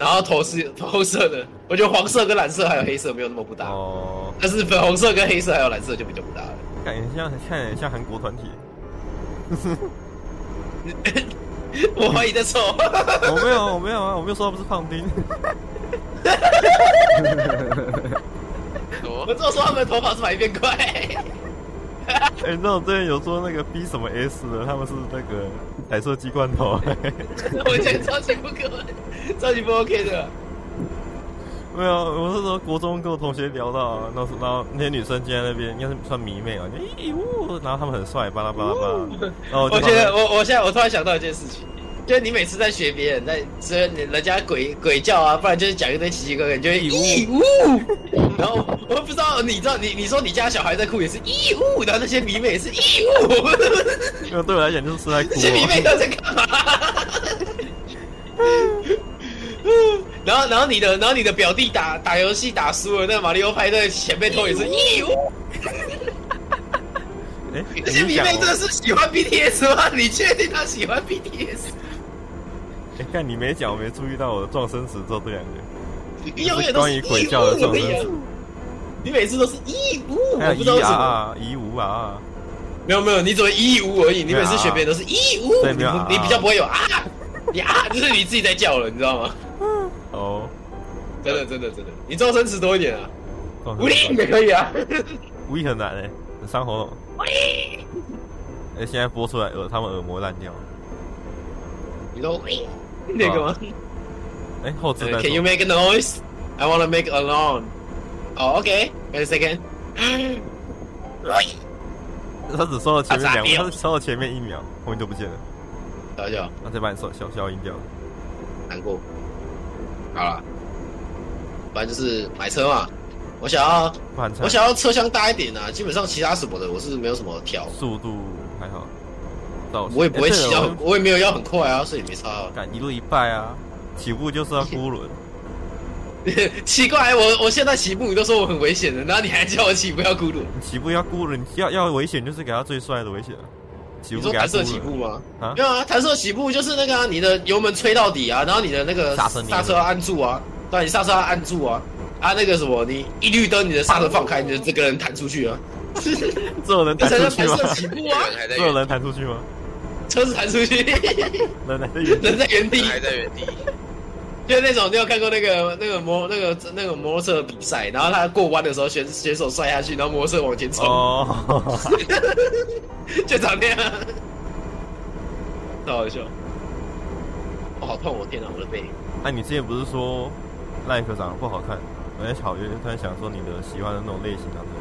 [SPEAKER 2] 然后头是粉红色的，我觉得黄色跟蓝色还有黑色没有那么不搭，
[SPEAKER 1] 哦，
[SPEAKER 2] 但是粉红色跟黑色还有蓝色就比较不搭了。
[SPEAKER 1] 感觉像看起来像韩国团体。
[SPEAKER 2] 我怀疑在臭，
[SPEAKER 1] 我没有，我没有啊，我没有说他不是胖丁。
[SPEAKER 2] 我只有说他们的头发是白变怪。
[SPEAKER 1] 哎、你知道我之前有说那个 B 什么 S 的，他们是那个彩色鸡罐头。
[SPEAKER 2] 我觉得超级不可能，超级不 OK 的。
[SPEAKER 1] 没有，我是说国中跟我同学聊到啊，那时然后那些女生就在那边，应该是算迷妹啊，就咦呜，然后他们很帅，巴拉巴拉巴拉。然后我就旁
[SPEAKER 2] 我觉
[SPEAKER 1] 边
[SPEAKER 2] 得我我现在我突然想到一件事情，就是你每次在学别人，在虽然人家鬼鬼叫啊，不然就是讲一堆奇奇怪怪，你就会义乌，然后我不知道，你知道你你说你家小孩在哭也是义乌，然后那些迷妹也是义乌，
[SPEAKER 1] 没有对我来讲就是吃在哭、
[SPEAKER 2] 那些迷妹
[SPEAKER 1] 哦。
[SPEAKER 2] 都在干嘛？ 然后，然后你的，然后你的表弟打打游戏打输了，那个马里奥派对前辈头也是义乌，
[SPEAKER 1] 哎、你
[SPEAKER 2] 那些迷
[SPEAKER 1] 讲
[SPEAKER 2] 妹真的
[SPEAKER 1] 我，
[SPEAKER 2] 是喜欢 BTS 吗？你确定他喜欢 BTS？
[SPEAKER 1] 哎、看你没讲，我没注意到我的撞生词之后这两个，
[SPEAKER 2] 你永远都是
[SPEAKER 1] 关于鬼叫的撞
[SPEAKER 2] 义
[SPEAKER 1] 声
[SPEAKER 2] 务
[SPEAKER 1] 词
[SPEAKER 2] 你每次都是义乌，
[SPEAKER 1] 还
[SPEAKER 2] 我不知
[SPEAKER 1] 有一
[SPEAKER 2] 道为什么。
[SPEAKER 1] 啊一五啊，
[SPEAKER 2] 没有没有，你只会义乌而已。你每次学别人都是义乌，
[SPEAKER 1] 对
[SPEAKER 2] 你
[SPEAKER 1] 没有啊
[SPEAKER 2] 不你比较不会有啊，你啊，就是你自己在叫了，你知道吗？
[SPEAKER 1] 哦，
[SPEAKER 2] 真的真的真的，你周声词多一点啊，
[SPEAKER 1] 撞
[SPEAKER 2] 无
[SPEAKER 1] 生词
[SPEAKER 2] 力也可以啊。
[SPEAKER 1] 无力很哦难哎、很伤喉咙。哎、现在播出来耳，他们耳膜烂掉了。
[SPEAKER 2] 你都喂那
[SPEAKER 1] 哦
[SPEAKER 2] 个吗
[SPEAKER 1] 哎、后置在
[SPEAKER 2] ？Can you make a noise? I wanna make a long. Oh, okay. Wait a second.
[SPEAKER 1] 他只收到前面
[SPEAKER 2] 啊
[SPEAKER 1] 两，
[SPEAKER 2] 傻逼哦
[SPEAKER 1] 他只收到前面一秒，后面就不见了，
[SPEAKER 2] 小小
[SPEAKER 1] 然后再把你消消消音掉。
[SPEAKER 2] 难过。好了，反正就是买车嘛。我想要
[SPEAKER 1] 不然差
[SPEAKER 2] 我想要车厢大一点啊，基本上其他什么的我是没有什么挑，
[SPEAKER 1] 速度还好，造型
[SPEAKER 2] 我也不会
[SPEAKER 1] 哎对了
[SPEAKER 2] 骑到
[SPEAKER 1] 我
[SPEAKER 2] 很，我也没有要很快啊，所以没差、啊。
[SPEAKER 1] 敢一路一拜啊，起步就是要孤轮，
[SPEAKER 2] 奇怪，我我现在起步你都说我很危险的，然后你还叫我起步要咕噜，
[SPEAKER 1] 你起步要孤轮，你要要危险就是给他最帅的危险啊，起
[SPEAKER 2] 你
[SPEAKER 1] 步
[SPEAKER 2] 说
[SPEAKER 1] 给他
[SPEAKER 2] 弹
[SPEAKER 1] 孤
[SPEAKER 2] 射起步
[SPEAKER 1] 轮，
[SPEAKER 2] 吗？
[SPEAKER 1] 啊
[SPEAKER 2] 没有啊，弹射起步就是那个啊，你的油门吹到底啊，然后你的那个
[SPEAKER 1] 刹车拧
[SPEAKER 2] 刹车要按住啊，对，你刹车要按住啊，啊那个什么，你一绿灯你的刹车放开，你的这个人弹出去啊，
[SPEAKER 1] 这种人
[SPEAKER 2] 这
[SPEAKER 1] 哦弹
[SPEAKER 2] 才
[SPEAKER 1] 出
[SPEAKER 2] 叫
[SPEAKER 1] 去
[SPEAKER 2] 弹
[SPEAKER 1] 吗？
[SPEAKER 2] 射起步啊，
[SPEAKER 3] 人还
[SPEAKER 1] 这
[SPEAKER 3] 在原
[SPEAKER 1] 种人弹出去吗？
[SPEAKER 2] 车子弹出去，
[SPEAKER 1] 人来的 原地
[SPEAKER 2] 人在原地
[SPEAKER 3] 人。还在原地，
[SPEAKER 2] 就是那种，你有看过那个那个摩那个那个摩托车的比赛，然后他过弯的时候，选选手摔下去，然后摩托车往前冲，
[SPEAKER 1] 哦，
[SPEAKER 2] 就长那样，超好笑。哦，好痛！我天哪，我的背。
[SPEAKER 1] 哎，你之前不是说赖科长得不好看？我在巧约，突然想说你的喜欢的那种类型啊之类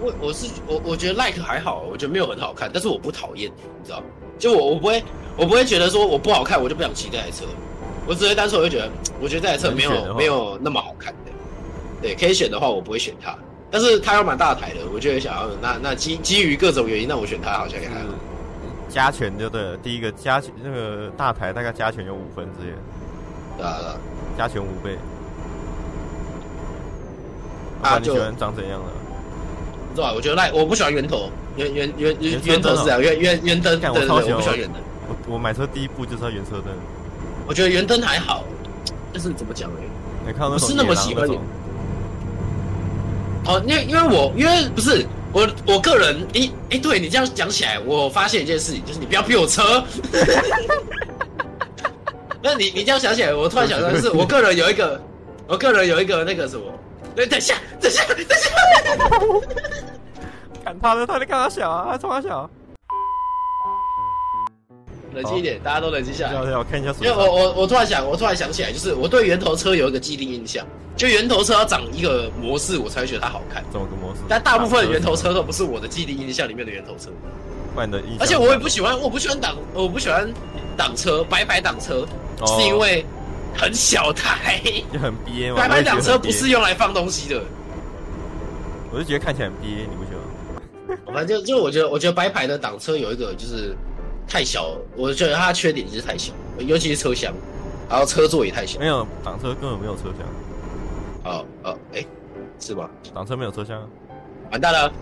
[SPEAKER 2] 我我是我我觉得 like 还好，我觉得没有很好看，但是我不讨厌，你知道吗？就我我不会我不会觉得说我不好看，我就不想骑这台车，我只会单纯我就觉得，我觉得这台车没
[SPEAKER 1] 能选的
[SPEAKER 2] 有
[SPEAKER 1] 话
[SPEAKER 2] 没有那么好看的。对，可以选的话，我不会选它。但是它有蛮大台的，我就会想要那那基基于各种原因，那我选它好像也还
[SPEAKER 1] 的，
[SPEAKER 2] 好
[SPEAKER 1] 就。是加权就对了。第一个加权那个大台大概加权有五分之类的，嗯
[SPEAKER 2] 对啊对啊，
[SPEAKER 1] 加权五倍。
[SPEAKER 2] 啊
[SPEAKER 1] 啊，你
[SPEAKER 2] 就
[SPEAKER 1] 喜欢长怎样的？
[SPEAKER 2] 不知道，我觉得赖我不喜欢圆头，圆圆圆
[SPEAKER 1] 圆
[SPEAKER 2] 圆
[SPEAKER 1] 车
[SPEAKER 2] 圆头是这样，圆圆圆灯，对
[SPEAKER 1] 干
[SPEAKER 2] 对
[SPEAKER 1] 我超喜
[SPEAKER 2] 对，
[SPEAKER 1] 欢
[SPEAKER 2] 我不喜欢圆灯。
[SPEAKER 1] 我我买车第一步就是要原车灯，
[SPEAKER 2] 我觉得圆灯还好，但是怎么讲呢？
[SPEAKER 1] 你看到那
[SPEAKER 2] 不
[SPEAKER 1] 种
[SPEAKER 2] 是那么
[SPEAKER 1] 野狼
[SPEAKER 2] 喜
[SPEAKER 1] 那
[SPEAKER 2] 欢
[SPEAKER 1] 种，
[SPEAKER 2] 哦，因为因为我因为不是我我个人，诶、诶、对你这样讲起来，我发现一件事情，就是你不要逼我车。 那你你这样想起来，我突然想到，就是我个人有一个，我个人有一个那个什么，哎，等一下，等一下，等一下，
[SPEAKER 1] 看看他的，他在看他小啊，他冲他小。
[SPEAKER 2] 冷静一点，大家都冷静下来
[SPEAKER 1] 要。要看一下手
[SPEAKER 2] 因为
[SPEAKER 1] 上。
[SPEAKER 2] 我我我突然想，我突然想起来，就是我对圆头车有一个既定印象，就圆头车要长一个模式，我才会觉得它好看。
[SPEAKER 1] 怎么个模式？
[SPEAKER 2] 但大部分的圆头车都不是我的既定印象里面的圆头车，
[SPEAKER 1] 把你的印象
[SPEAKER 2] 而且我也不喜欢，我不喜欢挡，我不喜欢挡车，白白挡车，
[SPEAKER 1] 哦
[SPEAKER 2] 是因为很小台，
[SPEAKER 1] 就很憋嘛。
[SPEAKER 2] 白白挡车
[SPEAKER 1] 我就
[SPEAKER 2] 不
[SPEAKER 1] 觉得很
[SPEAKER 2] 是用来放东西的。
[SPEAKER 1] 憋，我就觉得看起来很憋，你不觉得吗？
[SPEAKER 2] 反正就就我觉得，我觉得白牌的挡车有一个就是太小了，我觉得它的缺点就是太小，尤其是车厢，然后车座也太小。
[SPEAKER 1] 没有挡车根本没有车厢，
[SPEAKER 2] 哦哦，哎、是吗？
[SPEAKER 1] 挡车没有车厢啊。
[SPEAKER 2] 完蛋了，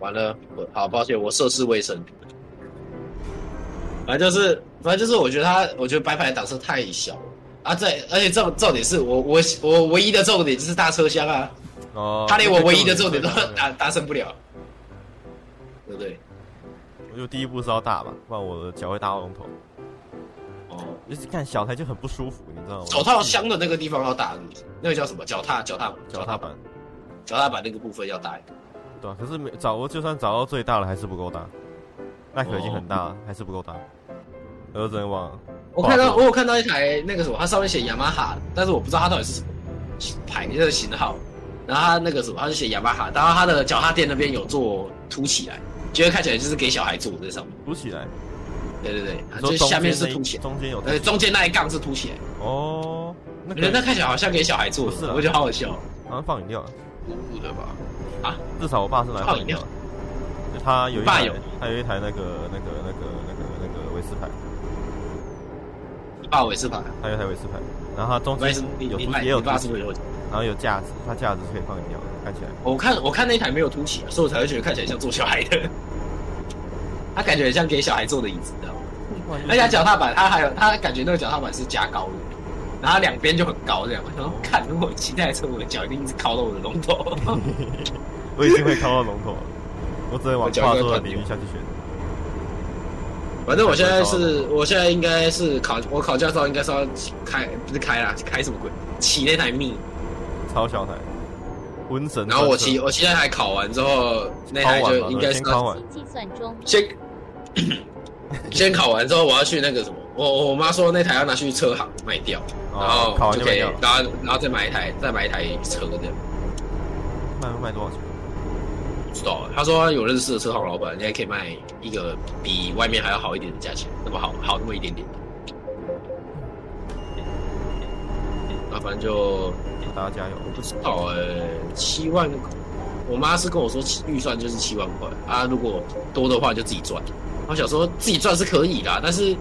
[SPEAKER 2] 完了，我好抱歉，我涉世未深。反正就是，反正就是，我觉得他，我觉得白牌的档次太小了啊！这而且重重点是我我我唯一的重点就是大车厢啊，
[SPEAKER 1] 哦，
[SPEAKER 2] 他连我唯一的重点都
[SPEAKER 1] 那个根本没有车厢
[SPEAKER 2] 达达成不了，对不对？
[SPEAKER 1] 我就第一步是要大吧，不然我的脚会大到龙头。
[SPEAKER 2] 哦，
[SPEAKER 1] 一直看小台就很不舒服，你知道吗？
[SPEAKER 2] 手套箱的那个地方要大，那个叫什么？脚踏脚踏
[SPEAKER 1] 脚踏板，
[SPEAKER 2] 脚踏板那个部分要大一点。
[SPEAKER 1] 对啊，可是没找我，就算找到最大了，还是不够大。那可已经很大了，还是不够大。我就只能往
[SPEAKER 2] 我看到我有看到一台那个什么，它上面写雅马哈，但是我不知道它到底是什么牌那个型号。然后它那个什么，它是写雅马哈，然后它的脚踏垫那边有做凸起来，觉得看起来就是给小孩坐的在上面。
[SPEAKER 1] 凸起来，
[SPEAKER 2] 对对对，它
[SPEAKER 1] 你说
[SPEAKER 2] 就
[SPEAKER 1] 中
[SPEAKER 2] 下面
[SPEAKER 1] 间
[SPEAKER 2] 是
[SPEAKER 1] 那一
[SPEAKER 2] 凸起来，
[SPEAKER 1] 中间有凸
[SPEAKER 2] 呃，中间那一杠是凸起来，
[SPEAKER 1] 哦，那
[SPEAKER 2] 我觉得那
[SPEAKER 1] 个
[SPEAKER 2] 看起来好像给小孩坐的，
[SPEAKER 1] 不是啊
[SPEAKER 2] 我觉得好好笑。
[SPEAKER 1] 好像放饮料了，
[SPEAKER 3] 侮辱的吧？
[SPEAKER 1] 至少我爸是来
[SPEAKER 2] 放
[SPEAKER 1] 放
[SPEAKER 2] 饮
[SPEAKER 1] 饮
[SPEAKER 2] 料
[SPEAKER 1] 料的。就他有一
[SPEAKER 2] 你爸
[SPEAKER 1] 台
[SPEAKER 2] 有，
[SPEAKER 1] 他有一台那个那个那个那个那个维斯牌，
[SPEAKER 2] 爸，我也是吧？
[SPEAKER 1] 他有一台维斯牌，然后他中
[SPEAKER 2] 不好意
[SPEAKER 1] 间
[SPEAKER 2] 思，你
[SPEAKER 1] 有
[SPEAKER 2] 你
[SPEAKER 1] 凸起
[SPEAKER 2] 爸你
[SPEAKER 1] 也有凸
[SPEAKER 2] 爸是
[SPEAKER 1] 起
[SPEAKER 2] 不是有？
[SPEAKER 1] 然后有架子，它架子是可以放饮料的，看起来。
[SPEAKER 2] 我看我看那一台没有凸起啊来，所以我才会觉得看起来像坐小孩的。 它感觉很像给小孩坐的椅子，你知道吗？而且它脚踏板，它还有它感觉那个脚踏板是加高的，然后两边就很高这样。 然后看，如果我骑这台车，我的脚一定一直靠到我的龙头。
[SPEAKER 1] 我已经会靠到龙头了，我只能往跨座的领域下去选。
[SPEAKER 2] 反正我现在是，我现在应该是考我考驾照，应该是要开不是开啦，开什么鬼？骑那台密，
[SPEAKER 1] 超小台，瘟神专车。
[SPEAKER 2] 然后我骑我骑那台考完之后，那台
[SPEAKER 1] 考完
[SPEAKER 2] 就
[SPEAKER 1] 吧
[SPEAKER 2] 应该是
[SPEAKER 1] 先
[SPEAKER 2] 要
[SPEAKER 1] 考完，
[SPEAKER 4] 计算中。
[SPEAKER 2] 先 先考完之后，我要去那个什么，我我妈说那台要拿去车行卖掉，然
[SPEAKER 1] 哦考
[SPEAKER 2] 后
[SPEAKER 1] 完
[SPEAKER 2] 就
[SPEAKER 1] 就
[SPEAKER 2] 可
[SPEAKER 1] 卖
[SPEAKER 2] 以，
[SPEAKER 1] 掉了，
[SPEAKER 2] 然后然后再买一台再买一台车这样。
[SPEAKER 1] 卖卖多少钱？
[SPEAKER 2] 不知道，啊他说有认识的车行老板，应该可以卖一个比外面还要好一点的价钱，那么好好那么一点点。那反正就
[SPEAKER 1] 大家加油！
[SPEAKER 2] 我不知道呃、七万，我妈是跟我说七预算就是七万块啊，如果多的话就自己赚。我想说自己赚是可以啦，但是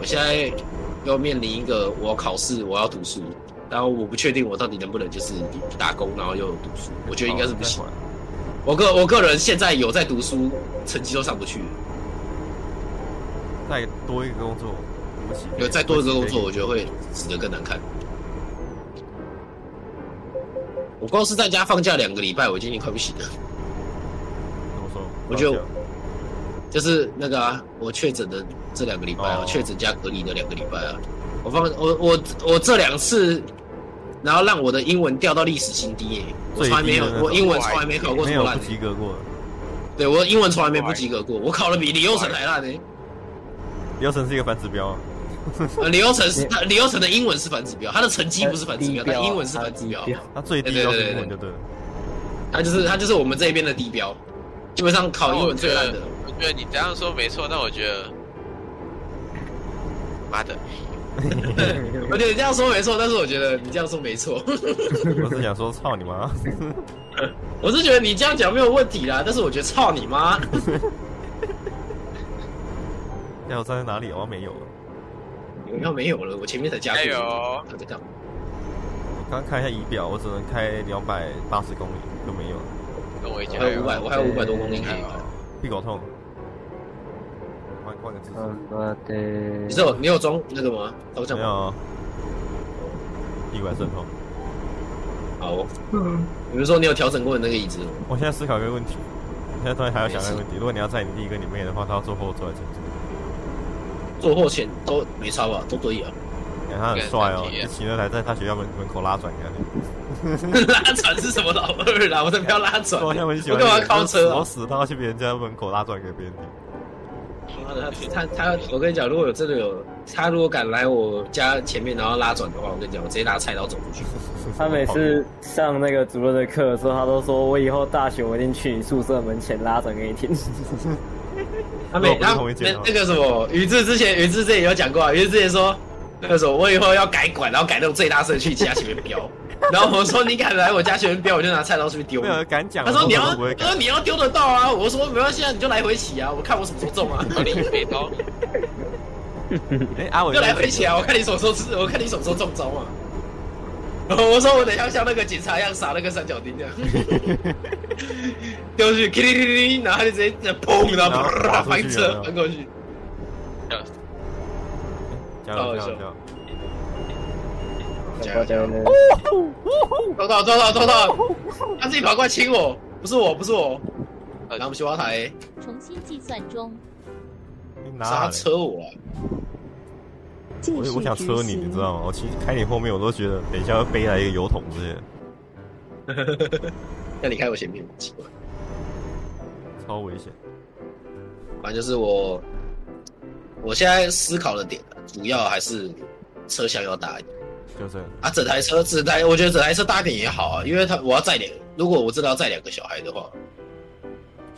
[SPEAKER 2] 我现在要面临一个我要考试，我要读书，然后我不确定我到底能不能就是打工，然后又读书，我觉得应该是不行
[SPEAKER 1] 哦好。。再回来
[SPEAKER 2] 我个我个人现在有在读书，成绩都上不去，
[SPEAKER 1] 再多一个工作，不行。
[SPEAKER 2] 有再多一个工作，我觉得会死得更难看。我光是在家放假两个礼拜，我就已经快不行了。
[SPEAKER 1] 怎么说？
[SPEAKER 2] 我觉得就是那个啊，我确诊的这两个礼拜啊，
[SPEAKER 1] 哦
[SPEAKER 2] 我确诊加隔离的两个礼拜啊，我放我我我这两次，然后让我的英文掉到历史新低耶、我
[SPEAKER 1] 最低的
[SPEAKER 2] 从来没有
[SPEAKER 1] 那种
[SPEAKER 2] 我英文从来没考过
[SPEAKER 1] 没
[SPEAKER 2] 这
[SPEAKER 1] 有
[SPEAKER 2] 么烂
[SPEAKER 1] 不
[SPEAKER 2] 的、
[SPEAKER 1] 及格过的，
[SPEAKER 2] 对我英文从来没不及格过，我考的比李佑成还烂呢、
[SPEAKER 1] 流程是一个反指标啊。
[SPEAKER 2] 呃，李欧成是他，李欧成的英文是反指标，他的成绩
[SPEAKER 1] 呃
[SPEAKER 2] 不是反指标，
[SPEAKER 5] 低
[SPEAKER 2] 他
[SPEAKER 5] 标
[SPEAKER 2] 英文是反指标
[SPEAKER 5] 他， 低标
[SPEAKER 1] 它最低要是英文就对了。
[SPEAKER 2] 他就是他就是我们这边的地标，基本上考英文最烂的。
[SPEAKER 3] 我觉得你这样说没错，但我觉得，妈的，
[SPEAKER 2] 我呃觉得你这样说没错，但是我觉得你这样说没错，
[SPEAKER 1] 我是想说，操你妈！
[SPEAKER 2] 我是觉得你这样讲没有问题啦，但是我觉得操你妈，
[SPEAKER 1] 加油站在哪里？我要没有了。
[SPEAKER 2] 我要没有了，我前面才加过
[SPEAKER 3] 加油
[SPEAKER 2] 他在干嘛？
[SPEAKER 1] 我刚看一下仪表，我只能开两百八十公里就没有了，
[SPEAKER 3] 跟我一起
[SPEAKER 2] 我
[SPEAKER 3] 加
[SPEAKER 2] 还有
[SPEAKER 3] 油
[SPEAKER 2] 五！百，我还有五百多公斤可以跑。
[SPEAKER 1] 屁股痛。换换个姿势。
[SPEAKER 5] 我的，
[SPEAKER 2] 你是有你有装那个吗？头像
[SPEAKER 1] 没
[SPEAKER 2] 吗？
[SPEAKER 1] 有，屁股还是很痛。
[SPEAKER 2] 好哦，比如说你有调整过你那个椅子吗？
[SPEAKER 1] 我现在思考一个问题，我现在突然还要想一个问题：如果你要载你弟跟你妹的话，他要坐后座还是前座？
[SPEAKER 2] 坐后前都没差吧，都可以啊。
[SPEAKER 1] 哎、感觉他很帅哦，
[SPEAKER 3] 感觉
[SPEAKER 1] 一骑那台在他学校门门口拉转感觉。
[SPEAKER 2] 拉船是什么老二啦？我才不要拉船！
[SPEAKER 1] 我好像很喜欢
[SPEAKER 2] 我
[SPEAKER 1] 那个，
[SPEAKER 2] 干嘛靠车
[SPEAKER 1] 我
[SPEAKER 2] 啊？
[SPEAKER 1] 死到去别人家门口拉转给别人听。
[SPEAKER 2] 妈的他他，我跟你讲，如果有真的有他，如果敢来我家前面然后拉转的话，我跟你讲，我直接拿菜刀走出去。
[SPEAKER 5] 他 每次上那个主任的课的时候，他都说我以后大学我一定去你宿舍门前拉转给你听。
[SPEAKER 2] 他每
[SPEAKER 1] 跟我不是
[SPEAKER 2] 然后
[SPEAKER 1] 同一间
[SPEAKER 2] 那
[SPEAKER 1] 哦
[SPEAKER 2] 那个什么宇智之前宇智之前有讲过啊，宇智之前说那个什么我以后要改管，然后改那种最大声去其他前面飙，然后我说你敢来我家前面飙，我就拿菜刀出去丢
[SPEAKER 1] 没
[SPEAKER 2] 你。
[SPEAKER 1] 有人敢讲，
[SPEAKER 2] 他说你
[SPEAKER 1] 我
[SPEAKER 2] 要呃
[SPEAKER 1] 都不会，
[SPEAKER 2] 他
[SPEAKER 1] 敢
[SPEAKER 2] 说。你要丢得到啊！我说没关系啊，你就来回起啊，我看我什么时候中 啊，
[SPEAKER 3] 然后你没 刀，
[SPEAKER 1] 哎，阿
[SPEAKER 2] 你
[SPEAKER 1] 伟
[SPEAKER 2] 就来回起啊，我看你什么时候吃，我看你什么时候中招啊。然后我说我等一下像那个警察一样撒那个三角钉这样，丢出去，叮叮叮叮，然后他就直接砰，然后啪
[SPEAKER 1] 然后滑出
[SPEAKER 2] 翻
[SPEAKER 1] 去
[SPEAKER 2] 车
[SPEAKER 1] 了
[SPEAKER 2] 翻过去。
[SPEAKER 3] 啊
[SPEAKER 1] 加油加
[SPEAKER 2] 好
[SPEAKER 1] 油
[SPEAKER 2] 笑
[SPEAKER 1] 加油！
[SPEAKER 2] 加
[SPEAKER 5] 加
[SPEAKER 2] 油
[SPEAKER 5] 油
[SPEAKER 2] 加
[SPEAKER 5] 加
[SPEAKER 2] 油
[SPEAKER 5] 油！
[SPEAKER 2] 抓到抓到抓到， 他自己跑过来亲我，不是我不是我，
[SPEAKER 3] 呃
[SPEAKER 2] 然后我们去挖台
[SPEAKER 4] 重新计算中，
[SPEAKER 1] 你
[SPEAKER 2] 是
[SPEAKER 1] 拿
[SPEAKER 2] 他
[SPEAKER 1] 了
[SPEAKER 2] 车我啊，
[SPEAKER 1] 我
[SPEAKER 6] 我
[SPEAKER 1] 我
[SPEAKER 6] 我
[SPEAKER 1] 想
[SPEAKER 6] 想
[SPEAKER 1] 车
[SPEAKER 6] 车
[SPEAKER 1] 你，
[SPEAKER 6] 你，
[SPEAKER 1] 你
[SPEAKER 6] 你
[SPEAKER 1] 知
[SPEAKER 6] 知
[SPEAKER 1] 道
[SPEAKER 6] 道
[SPEAKER 1] 吗
[SPEAKER 6] 吗？？
[SPEAKER 1] 我骑开你后面，我都觉得等一下要背来一个油桶之类的，
[SPEAKER 2] 那你开我前面奇怪，
[SPEAKER 1] 超危险。
[SPEAKER 2] 反正就是我，我现在思考的点啊主要还是车厢要大一点
[SPEAKER 1] 就这样，
[SPEAKER 2] 啊，整台车整台我觉得整台车大一点也好啊，因为他我要载两，如果我真的要载两个小孩的话，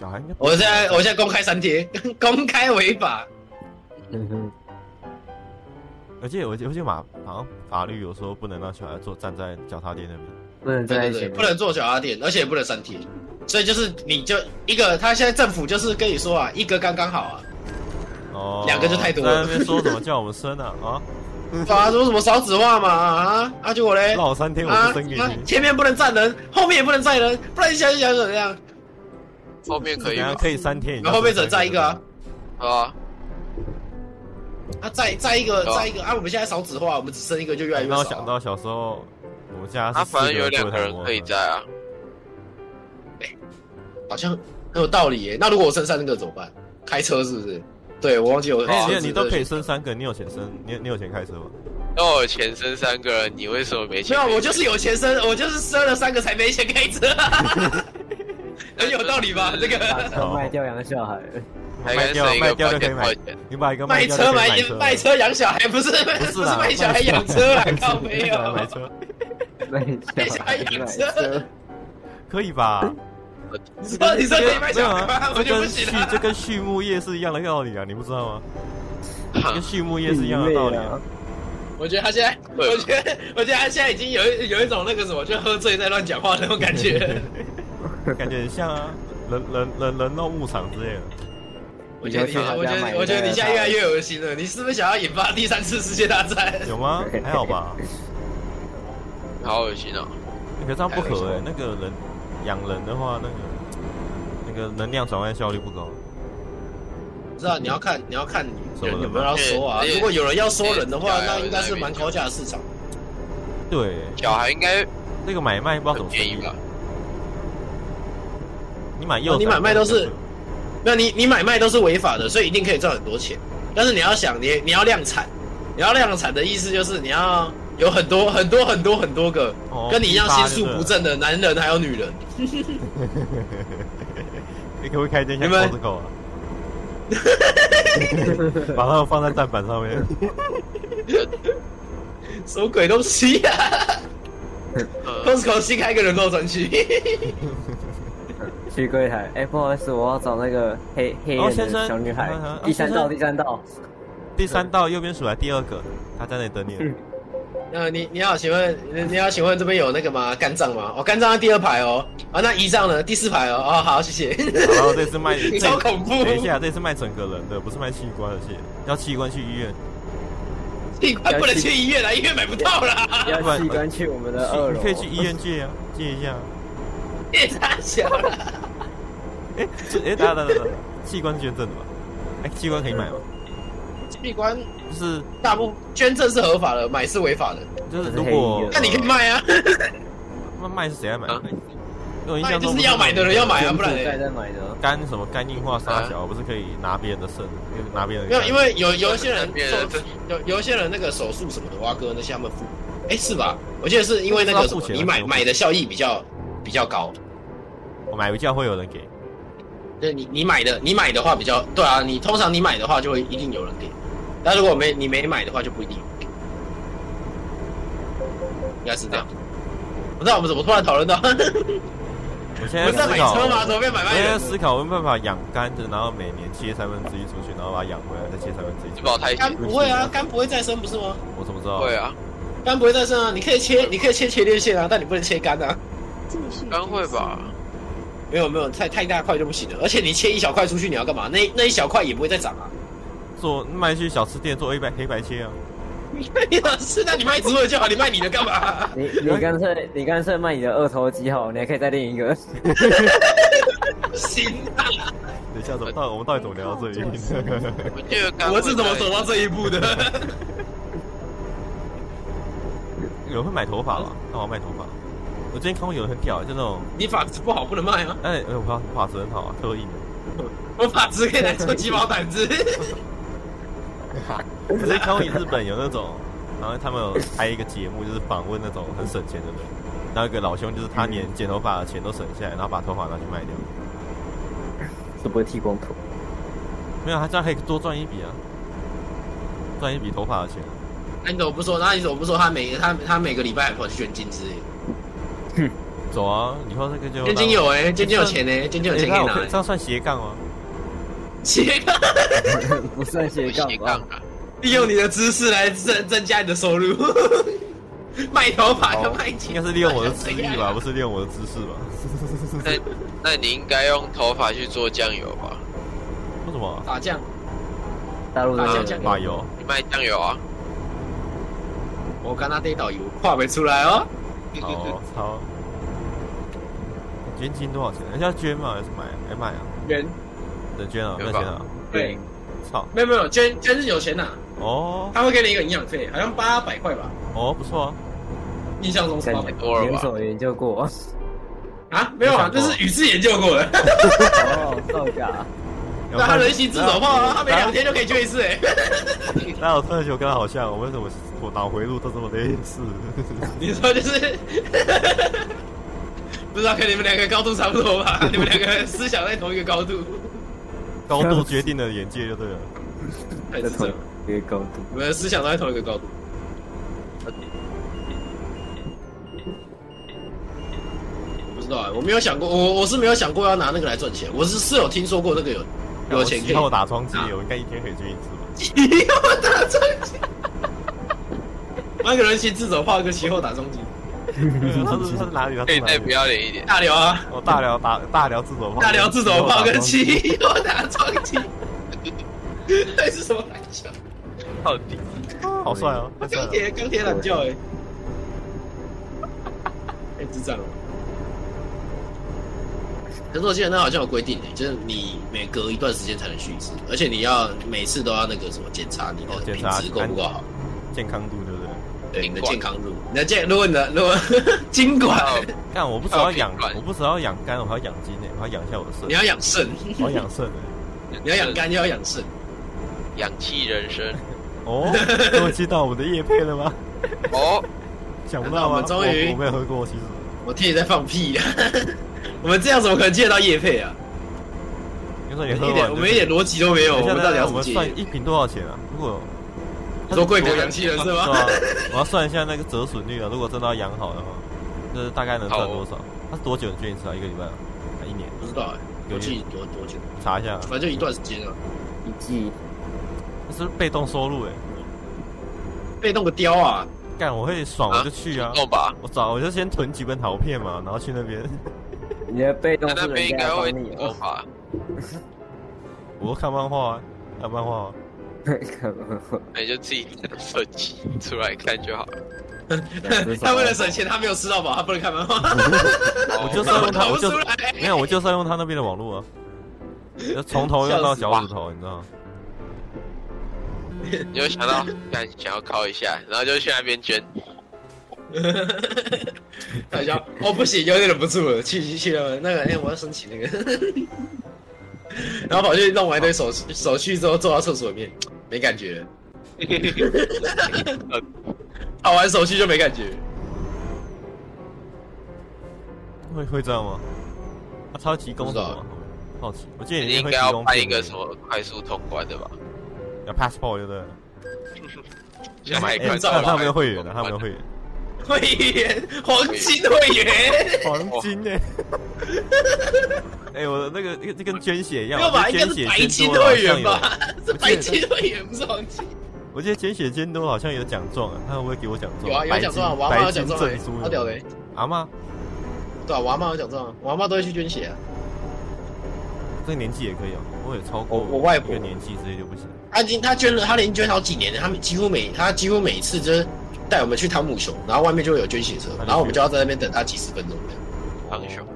[SPEAKER 1] 小孩应该不
[SPEAKER 2] 我现在我现在公开三贴， 公开违法，
[SPEAKER 1] 而且我记我记得马好像法律有说不能让小孩坐站在脚踏垫那边，
[SPEAKER 5] 不能
[SPEAKER 2] 对对
[SPEAKER 5] 在一起
[SPEAKER 2] 对，，不能做脚踏垫，而且也不能三贴，所以就是你就一个，他现在政府就是跟你说啊，一个刚刚好啊。
[SPEAKER 1] 哦，
[SPEAKER 2] 两个就太多
[SPEAKER 1] 在
[SPEAKER 2] 了
[SPEAKER 1] 那边说什么叫我们生啊啊，
[SPEAKER 2] 啊，说什么少子化嘛啊啊！结果嘞，
[SPEAKER 1] 绕三天我
[SPEAKER 2] 啊
[SPEAKER 1] 就生给
[SPEAKER 2] 啊
[SPEAKER 1] 你，。
[SPEAKER 2] 前面不能站人，后面也不能站人，不然你想想怎么样？
[SPEAKER 3] 后面可以
[SPEAKER 1] 等
[SPEAKER 3] 吧
[SPEAKER 1] 下可以三天，
[SPEAKER 2] 然后后面只能站一个啊，
[SPEAKER 3] 好啊，
[SPEAKER 2] 啊，再再一个
[SPEAKER 3] 对啊
[SPEAKER 2] 再一个啊！我们现在少子化，我们只生一个就越来越
[SPEAKER 1] 让我
[SPEAKER 2] 少
[SPEAKER 1] 想
[SPEAKER 2] 啊。
[SPEAKER 1] 到小时候我们家是
[SPEAKER 3] 他反正
[SPEAKER 1] 四
[SPEAKER 3] 有
[SPEAKER 1] 人
[SPEAKER 3] 两
[SPEAKER 1] 坐
[SPEAKER 3] 个
[SPEAKER 1] 一台
[SPEAKER 3] 人
[SPEAKER 1] 摩托
[SPEAKER 3] 可以
[SPEAKER 1] 车
[SPEAKER 3] 在啊，
[SPEAKER 2] 好像很有道理耶。那如果我生三个怎么办？开车是不是？对，我忘记有。
[SPEAKER 1] 哎、
[SPEAKER 2] 车
[SPEAKER 1] 你
[SPEAKER 2] 子
[SPEAKER 1] 你都可以
[SPEAKER 2] 对
[SPEAKER 1] 生三个，你有钱生，你你有钱开车吗？
[SPEAKER 3] 那我有钱生三个人，你为什么没啊
[SPEAKER 2] 没
[SPEAKER 3] 钱？
[SPEAKER 2] 有，我就是有钱生，我就是生了三个才没钱开车，
[SPEAKER 1] 哎
[SPEAKER 2] 很啊有道理 吧？这
[SPEAKER 5] 把
[SPEAKER 2] 个
[SPEAKER 5] 车卖掉养小孩。
[SPEAKER 3] 还
[SPEAKER 1] 卖
[SPEAKER 3] 跟
[SPEAKER 1] 掉
[SPEAKER 3] 生一
[SPEAKER 1] 卖
[SPEAKER 3] 个
[SPEAKER 1] 掉
[SPEAKER 3] 保
[SPEAKER 1] 就可以
[SPEAKER 3] 险
[SPEAKER 1] 买
[SPEAKER 3] 块钱，，
[SPEAKER 1] 你把一个
[SPEAKER 2] 卖
[SPEAKER 1] 掉就
[SPEAKER 2] 车
[SPEAKER 1] 可
[SPEAKER 2] 买
[SPEAKER 1] 以车，
[SPEAKER 2] 卖车养小孩，不是
[SPEAKER 1] 不
[SPEAKER 2] 不是
[SPEAKER 1] 啦
[SPEAKER 2] 卖小孩养车啦，靠哦没有。啊
[SPEAKER 1] 买车
[SPEAKER 5] 卖
[SPEAKER 2] 卖
[SPEAKER 5] 小
[SPEAKER 2] 小
[SPEAKER 5] 孩
[SPEAKER 2] 孩
[SPEAKER 5] 买
[SPEAKER 2] 养
[SPEAKER 5] 车
[SPEAKER 2] 车，
[SPEAKER 1] 可以吧？
[SPEAKER 2] 你 说你说可以卖
[SPEAKER 1] 没有
[SPEAKER 2] 小孩
[SPEAKER 1] 啊
[SPEAKER 2] 吗？，我
[SPEAKER 1] 这
[SPEAKER 2] 就不
[SPEAKER 1] 跟
[SPEAKER 2] 行
[SPEAKER 1] 畜
[SPEAKER 2] 了。
[SPEAKER 1] 这跟畜牧业是一样的道理啊，你不知道吗？
[SPEAKER 2] 啊
[SPEAKER 3] 哈
[SPEAKER 1] 跟畜牧业是一样的道理啊。
[SPEAKER 2] 我觉得他现在，
[SPEAKER 3] 对
[SPEAKER 2] 我觉得我觉得他现在已经有一有一种那个什么，就喝醉在乱讲话的那种感 觉。
[SPEAKER 1] 感觉很像啊，人人人人肉牧场之类的。
[SPEAKER 2] 我觉得
[SPEAKER 5] 你
[SPEAKER 2] 你，
[SPEAKER 5] 就去他
[SPEAKER 2] 我觉
[SPEAKER 5] 家买
[SPEAKER 2] 得
[SPEAKER 5] 一
[SPEAKER 2] 我觉得
[SPEAKER 5] 个
[SPEAKER 2] 你现在越来越恶心了。你是不是想要引发第三次世界大战？
[SPEAKER 1] 有吗？还好吧。
[SPEAKER 3] 好恶心哦！
[SPEAKER 1] 可是这样不合哎、那个人养人的话，那个那个能量转换效率不高。
[SPEAKER 2] 不知道你要看你要看
[SPEAKER 1] 什么人
[SPEAKER 2] 有没有要说啊？
[SPEAKER 3] 对
[SPEAKER 2] 如果有人要说人的话，
[SPEAKER 3] 对
[SPEAKER 2] 那应该是蛮高价的市场。
[SPEAKER 1] 对，欸
[SPEAKER 3] 小孩应该
[SPEAKER 1] 那个买卖不知道怎
[SPEAKER 3] 很
[SPEAKER 1] 么生
[SPEAKER 3] 便宜
[SPEAKER 1] 意
[SPEAKER 3] 吧？？
[SPEAKER 1] 你买幼崽，
[SPEAKER 2] 哦你买卖都是那你你买卖都是违法的，所以一定可以赚很多钱。但是你要想，你你要量产，你要量产的意思就是你要有很多很多很多很多个
[SPEAKER 1] 哦
[SPEAKER 2] 跟你一样
[SPEAKER 1] 批发
[SPEAKER 2] 心
[SPEAKER 1] 就对
[SPEAKER 2] 术
[SPEAKER 1] 了
[SPEAKER 2] 不正的男人还有女人。
[SPEAKER 1] 你可不可以开一间像
[SPEAKER 2] 你们
[SPEAKER 1] 狗子狗啊？ 把它们放在站板上面，
[SPEAKER 2] 什么鬼东西呀、啊、
[SPEAKER 3] 呃
[SPEAKER 2] ？Costco 新开一个人肉专区，
[SPEAKER 5] 去柜台，哎，不好意思，我要找那个黑黑
[SPEAKER 1] 哦
[SPEAKER 5] 眼
[SPEAKER 1] 先生
[SPEAKER 5] 的小女孩
[SPEAKER 1] 嗯嗯嗯，
[SPEAKER 5] 第三
[SPEAKER 1] 哦
[SPEAKER 5] 道，
[SPEAKER 1] 先生
[SPEAKER 5] 第三道，
[SPEAKER 1] 第三道右边数来第二个，它在那里等你。
[SPEAKER 2] 嗯那你你好，请问你你好，请问这边有那个吗？肝脏吗？哦，肝脏在第二排哦。啊，那胰脏呢？第四排哦。哦，好，谢谢。
[SPEAKER 1] 然后这次 卖，这
[SPEAKER 2] 超恐怖，
[SPEAKER 1] 等一下，这次卖整个人的，不是卖器官的，谢谢要器官去医院，
[SPEAKER 2] 你快不能去医院了，医院买不到啦，
[SPEAKER 1] 不
[SPEAKER 5] 要
[SPEAKER 1] 然
[SPEAKER 5] 器官去我们的二
[SPEAKER 1] 去
[SPEAKER 5] 楼，
[SPEAKER 1] 你可以去医院借啊，借一下啊。
[SPEAKER 2] 也太小了。
[SPEAKER 1] 哎，这哎，等等等等，器官捐赠的吧？哎，器官可以买吗？
[SPEAKER 2] 器官
[SPEAKER 1] 就是
[SPEAKER 2] 大部捐赠是合法的，买是违法的。
[SPEAKER 1] 就是，
[SPEAKER 5] 这是
[SPEAKER 1] 如
[SPEAKER 5] 黑
[SPEAKER 1] 果
[SPEAKER 5] 衣的
[SPEAKER 2] 那你可以卖啊，
[SPEAKER 1] 那卖是谁在买？
[SPEAKER 3] 啊
[SPEAKER 1] 我印
[SPEAKER 2] 那
[SPEAKER 1] 象
[SPEAKER 2] 就
[SPEAKER 1] 中
[SPEAKER 2] 是要买的人要买啊，
[SPEAKER 5] 柬
[SPEAKER 2] 不
[SPEAKER 5] 埔
[SPEAKER 2] 然
[SPEAKER 5] 寨
[SPEAKER 2] 嘞
[SPEAKER 5] 在买的，
[SPEAKER 1] 干什么干硬化沙小，不是可以拿别人的肾，拿别人的
[SPEAKER 2] 没有，
[SPEAKER 1] 肝
[SPEAKER 2] 因为有有一些人
[SPEAKER 3] 别
[SPEAKER 2] 受
[SPEAKER 3] 人的
[SPEAKER 2] 有有一些人那个手术什么的挖哥那些他们付，哎、是吧？我记得是因为那个什
[SPEAKER 1] 不知道付钱
[SPEAKER 2] 么，你
[SPEAKER 1] 了
[SPEAKER 2] 买
[SPEAKER 1] 没有
[SPEAKER 2] 买的效益比较比较高，
[SPEAKER 1] 我买回家会有人给，
[SPEAKER 2] 就是你你买的你买的话比较对啊，你通常你买的话就会一定有人给，但如果没你没买的话就不一定有人给，应该是这样。不知道我们怎么突然讨论到，
[SPEAKER 1] 我
[SPEAKER 2] 我
[SPEAKER 1] 现
[SPEAKER 2] 们
[SPEAKER 1] 在
[SPEAKER 2] 在
[SPEAKER 1] 思
[SPEAKER 2] 买
[SPEAKER 1] 考，
[SPEAKER 2] 车吗？怎么变买
[SPEAKER 1] 我
[SPEAKER 2] 卖
[SPEAKER 1] 现在
[SPEAKER 2] 人？
[SPEAKER 1] 思考有没有办法养肝，就是然后每年切三分之一出去，然后把它养回来，再切三分之一出
[SPEAKER 3] 自
[SPEAKER 1] 去。
[SPEAKER 3] 保太
[SPEAKER 2] 肝
[SPEAKER 3] 险
[SPEAKER 2] 不会啊，肝不会再生不是吗？
[SPEAKER 1] 我怎么知道？
[SPEAKER 3] 会啊，
[SPEAKER 2] 肝不会再生啊，你可以切你可以切前列腺啊，但你不能切肝啊。
[SPEAKER 3] 刚会吧？
[SPEAKER 2] 没有没有，太太大块就不行了。而且你切一小块出去，你要干嘛？那那一小块也不会再长啊。
[SPEAKER 1] 做卖去小吃店做黑白黑白切啊，
[SPEAKER 2] 对啊，是那你卖植物就好，你卖你的干嘛？
[SPEAKER 5] 你你干脆你干脆卖你的二头肌好，你还可以再练一个。
[SPEAKER 2] 不行啊，
[SPEAKER 1] 等一下怎么到我们到底怎么聊到这里？
[SPEAKER 3] 我记得刚
[SPEAKER 2] 我是怎么走到这一步的？
[SPEAKER 1] 有人会买头发吧？那我要卖头发。我之前看过有人很屌，就那种，
[SPEAKER 2] 你发质不好不能卖啊，
[SPEAKER 1] 哎、哎，我靠，发质很好啊，特意的。
[SPEAKER 2] 我发质可以来做鸡毛掸子。
[SPEAKER 1] 我之前看过日本有那种，然后他们有拍一个节目，就是访问那种很省钱的人，然后一个老兄就是他连剪头发的钱都省下来，然后把头发拿去卖掉。
[SPEAKER 5] 是不会剃光头？
[SPEAKER 1] 没有，他这样可以多赚一笔啊，赚一笔头发的钱。
[SPEAKER 2] 那你怎么不说？那你怎么不说他每他他每个礼拜还跑去捐金之类的？
[SPEAKER 1] 走啊，以后这个就
[SPEAKER 2] 捐金有哎、捐金有钱呢、捐金有
[SPEAKER 1] 哎
[SPEAKER 2] 钱可
[SPEAKER 1] 那
[SPEAKER 2] 以
[SPEAKER 1] 我
[SPEAKER 2] 拿、
[SPEAKER 1] 可以这样算斜杠哦吗？
[SPEAKER 2] 切，
[SPEAKER 5] 不算斜杠
[SPEAKER 3] 斜杠
[SPEAKER 5] 吧？
[SPEAKER 3] 啊？
[SPEAKER 2] 哎利用你的知识来增增加你的收入。 卖头发跟卖
[SPEAKER 1] 哦
[SPEAKER 2] 哎
[SPEAKER 1] 应
[SPEAKER 2] 钱
[SPEAKER 1] 该是利用我的智力 吧，不是利用我的知识吧？
[SPEAKER 3] 那那你应该用头发去做酱油吧？
[SPEAKER 1] 为什么？
[SPEAKER 2] 打酱，
[SPEAKER 5] 大陆
[SPEAKER 2] 啊
[SPEAKER 5] 那
[SPEAKER 2] 这样
[SPEAKER 1] 马油？
[SPEAKER 3] 你卖酱油啊？
[SPEAKER 2] 我跟他这导游画不出来哦。
[SPEAKER 1] 哦，操！捐金多少钱？人家捐嘛，还是买？哎买啊？
[SPEAKER 2] 人
[SPEAKER 1] 等捐啊？没有钱
[SPEAKER 3] 捐吧
[SPEAKER 1] 啊？
[SPEAKER 2] 对，
[SPEAKER 1] 操！
[SPEAKER 2] 没有没有，捐捐是有钱拿、啊
[SPEAKER 1] 哦
[SPEAKER 2] 他会给你一个营养费，好像八百块吧，
[SPEAKER 1] 哦，不错啊！
[SPEAKER 2] 印象中是八百
[SPEAKER 5] 感
[SPEAKER 2] 块
[SPEAKER 3] 多了吧
[SPEAKER 5] 联手研究过。
[SPEAKER 2] 啊，没有啊，
[SPEAKER 1] 没想
[SPEAKER 2] 那
[SPEAKER 1] 过
[SPEAKER 2] 是宇智研究过的，
[SPEAKER 5] 哦，造假。
[SPEAKER 2] 那他人形
[SPEAKER 1] 形
[SPEAKER 2] 自走炮啊，他每两天就可以捐一次哎、
[SPEAKER 1] 那我突然觉得我跟他好像，我为什么我脑回路都这么类 似？
[SPEAKER 2] 你说就是， 不知道跟你们两个高度差不多吧？你们两个思想在同一个高度，
[SPEAKER 1] 高度决定了眼界就对了。
[SPEAKER 2] 还是
[SPEAKER 5] 在
[SPEAKER 2] 这
[SPEAKER 5] 同
[SPEAKER 2] 样，
[SPEAKER 5] 一个高度。
[SPEAKER 2] 你们的思想都在同一个高度。不知道啊，我没有想过，我我是没有想过要拿那个来赚钱，我是是有听说过那个有有钱可
[SPEAKER 1] 之
[SPEAKER 2] 以
[SPEAKER 1] 后打桩机，我应该一天可以捐一次吧？
[SPEAKER 2] 你要打中机，那个人形自走炮，一个其后打中机，
[SPEAKER 1] 他是他是哪里的？
[SPEAKER 3] 可以
[SPEAKER 1] 他
[SPEAKER 3] 再
[SPEAKER 1] 是
[SPEAKER 3] 不
[SPEAKER 1] 哪里的
[SPEAKER 3] 要脸一 点，
[SPEAKER 2] 大辽啊，
[SPEAKER 1] 哦，大辽打大辽自走炮，
[SPEAKER 2] 大辽自走炮跟其后打中机，还是什么蓝教？
[SPEAKER 3] 到底
[SPEAKER 1] 好帅哦！太帅
[SPEAKER 2] 钢
[SPEAKER 1] 了
[SPEAKER 2] 铁钢铁蓝教哎、欸，哎、智障哦！可是我记得那好像有规定的、就是你每隔一段时间才能去一次，而且你要每次都要那个什么检查你
[SPEAKER 1] 哦
[SPEAKER 2] 的
[SPEAKER 1] 检
[SPEAKER 2] 品
[SPEAKER 1] 查
[SPEAKER 2] 质够不够好，
[SPEAKER 1] 健康度对不对？
[SPEAKER 2] 对你的
[SPEAKER 3] 管
[SPEAKER 2] 健康度，你的健，如果你的如果 尽管
[SPEAKER 1] 哦
[SPEAKER 3] 到
[SPEAKER 1] 但我不只要养
[SPEAKER 3] 还有，品
[SPEAKER 1] 我不只要养肝，我还要养筋呢，我还要养一下我的肾
[SPEAKER 2] 你，要养肾，
[SPEAKER 1] 我要养肾欸
[SPEAKER 2] 你要养肝就要养肾，
[SPEAKER 3] 氧气人生
[SPEAKER 1] 哦，各位知道我们的叶配了吗？
[SPEAKER 3] 哦，
[SPEAKER 1] 想不到
[SPEAKER 2] 我
[SPEAKER 1] 吗？
[SPEAKER 2] 们终于
[SPEAKER 1] 我我没有喝过，其实
[SPEAKER 2] 我听你在放屁啊！ 我们这样怎么可能借得到叶配啊？
[SPEAKER 1] 你说你喝
[SPEAKER 2] 一点
[SPEAKER 1] 完，
[SPEAKER 2] 我们一点逻辑都没有，
[SPEAKER 1] 等一
[SPEAKER 2] 我
[SPEAKER 1] 下
[SPEAKER 2] 们到底要
[SPEAKER 1] 我
[SPEAKER 2] 怎么
[SPEAKER 1] 们
[SPEAKER 2] 借？
[SPEAKER 1] 算一瓶多少钱啊？如果
[SPEAKER 2] 你说贵国氧气人是
[SPEAKER 1] 对
[SPEAKER 2] 吗？
[SPEAKER 1] 啊，我要算一下那个折损率啊，如果真的要养好的话，就是大概能赚多
[SPEAKER 2] 哦
[SPEAKER 1] 少？它是多久捐一次啊？一个礼拜啊？还一年？
[SPEAKER 2] 不知道哎、我记多多久，
[SPEAKER 1] 查一下啊，
[SPEAKER 2] 反正就一段时间啊。
[SPEAKER 5] 一季
[SPEAKER 1] 这是被动收入哎。
[SPEAKER 2] 被弄个雕啊，
[SPEAKER 1] 干，我会爽我就去啊！
[SPEAKER 3] 弄吧，
[SPEAKER 1] 我找我就先囤几本陶片嘛，然后去那边，
[SPEAKER 5] 你的被动
[SPEAKER 3] 那那
[SPEAKER 5] 是
[SPEAKER 3] 边
[SPEAKER 5] 人
[SPEAKER 3] 应
[SPEAKER 5] 家
[SPEAKER 3] 该会
[SPEAKER 5] 帮
[SPEAKER 1] 啊
[SPEAKER 5] 你
[SPEAKER 3] 弄
[SPEAKER 5] 哦。
[SPEAKER 3] 吧，
[SPEAKER 1] 我看漫画、啊，看漫画、啊。
[SPEAKER 3] 那你就自己设计出来看就好了。
[SPEAKER 2] 他为了省钱，他没有吃到饱，他不能看漫画，
[SPEAKER 1] 我
[SPEAKER 3] 我
[SPEAKER 1] 就是要
[SPEAKER 2] 他
[SPEAKER 1] 用它，
[SPEAKER 2] 跑
[SPEAKER 1] 我
[SPEAKER 2] 不
[SPEAKER 1] 就
[SPEAKER 2] 出
[SPEAKER 1] 是
[SPEAKER 2] 来。
[SPEAKER 1] 没有，我就是要用他那边的网络啊，就从 头用到脚趾头，你知道吗？
[SPEAKER 3] 你就想到，看想要靠一下，然后就去那边捐，
[SPEAKER 2] 他就哦不行，有点忍不住了，去去去了，那个哎、我要申请那个， 然后跑去弄完一堆手续手续之后，坐到厕所里面没感觉 了，跑完手续就没感觉了，
[SPEAKER 1] 会会这样吗？他超提供什
[SPEAKER 2] 不知道
[SPEAKER 1] 么？好奇，我记得你
[SPEAKER 3] 应
[SPEAKER 1] 会
[SPEAKER 3] 该
[SPEAKER 1] 提
[SPEAKER 3] 要
[SPEAKER 1] 供
[SPEAKER 3] 办
[SPEAKER 1] 片
[SPEAKER 3] 一个
[SPEAKER 1] 名
[SPEAKER 3] 什么快速通关的吧？
[SPEAKER 1] 要 passport 对不对？
[SPEAKER 3] 想买一
[SPEAKER 1] 哎
[SPEAKER 3] 块
[SPEAKER 1] 这
[SPEAKER 3] 照
[SPEAKER 1] 样
[SPEAKER 3] 吧，
[SPEAKER 1] 他们有会员的，他们有 会员，
[SPEAKER 2] 会员黄金会员，
[SPEAKER 1] 黄金 哎！哎，我的那个那个跟捐血一样，
[SPEAKER 2] 没有吧？
[SPEAKER 1] 我
[SPEAKER 2] 应
[SPEAKER 1] 觉
[SPEAKER 2] 该
[SPEAKER 1] 得捐血
[SPEAKER 2] 是白
[SPEAKER 1] 捐
[SPEAKER 2] 金
[SPEAKER 1] 啊多了
[SPEAKER 2] 会员
[SPEAKER 1] 好像
[SPEAKER 2] 吧？ 是
[SPEAKER 1] 有
[SPEAKER 2] 白金会员，不是黄金。
[SPEAKER 1] 有？我记得捐血监督好像有奖状啊，他会不会给我奖状？
[SPEAKER 2] 有啊，有
[SPEAKER 1] 白
[SPEAKER 2] 奖
[SPEAKER 1] 金
[SPEAKER 2] 状啊，我阿妈有
[SPEAKER 1] 白
[SPEAKER 2] 奖
[SPEAKER 1] 金
[SPEAKER 2] 状欸
[SPEAKER 1] 证书，
[SPEAKER 2] 好屌的欸，
[SPEAKER 1] 阿妈
[SPEAKER 2] 对啊，我阿妈有奖状啊，我阿妈都会去捐血啊。
[SPEAKER 1] 这个年纪也可以哦，我也超过
[SPEAKER 2] 我我外
[SPEAKER 1] 一
[SPEAKER 2] 婆
[SPEAKER 1] 个年纪之类就不行。
[SPEAKER 2] 她已经她捐了，她已经捐好几年了，他们几乎每她几乎每次就是带我们去汤姆熊，然后外面就会有捐血车
[SPEAKER 1] 那，你
[SPEAKER 2] 然后我们就要在那边等她几十分钟这样。
[SPEAKER 3] 很凶，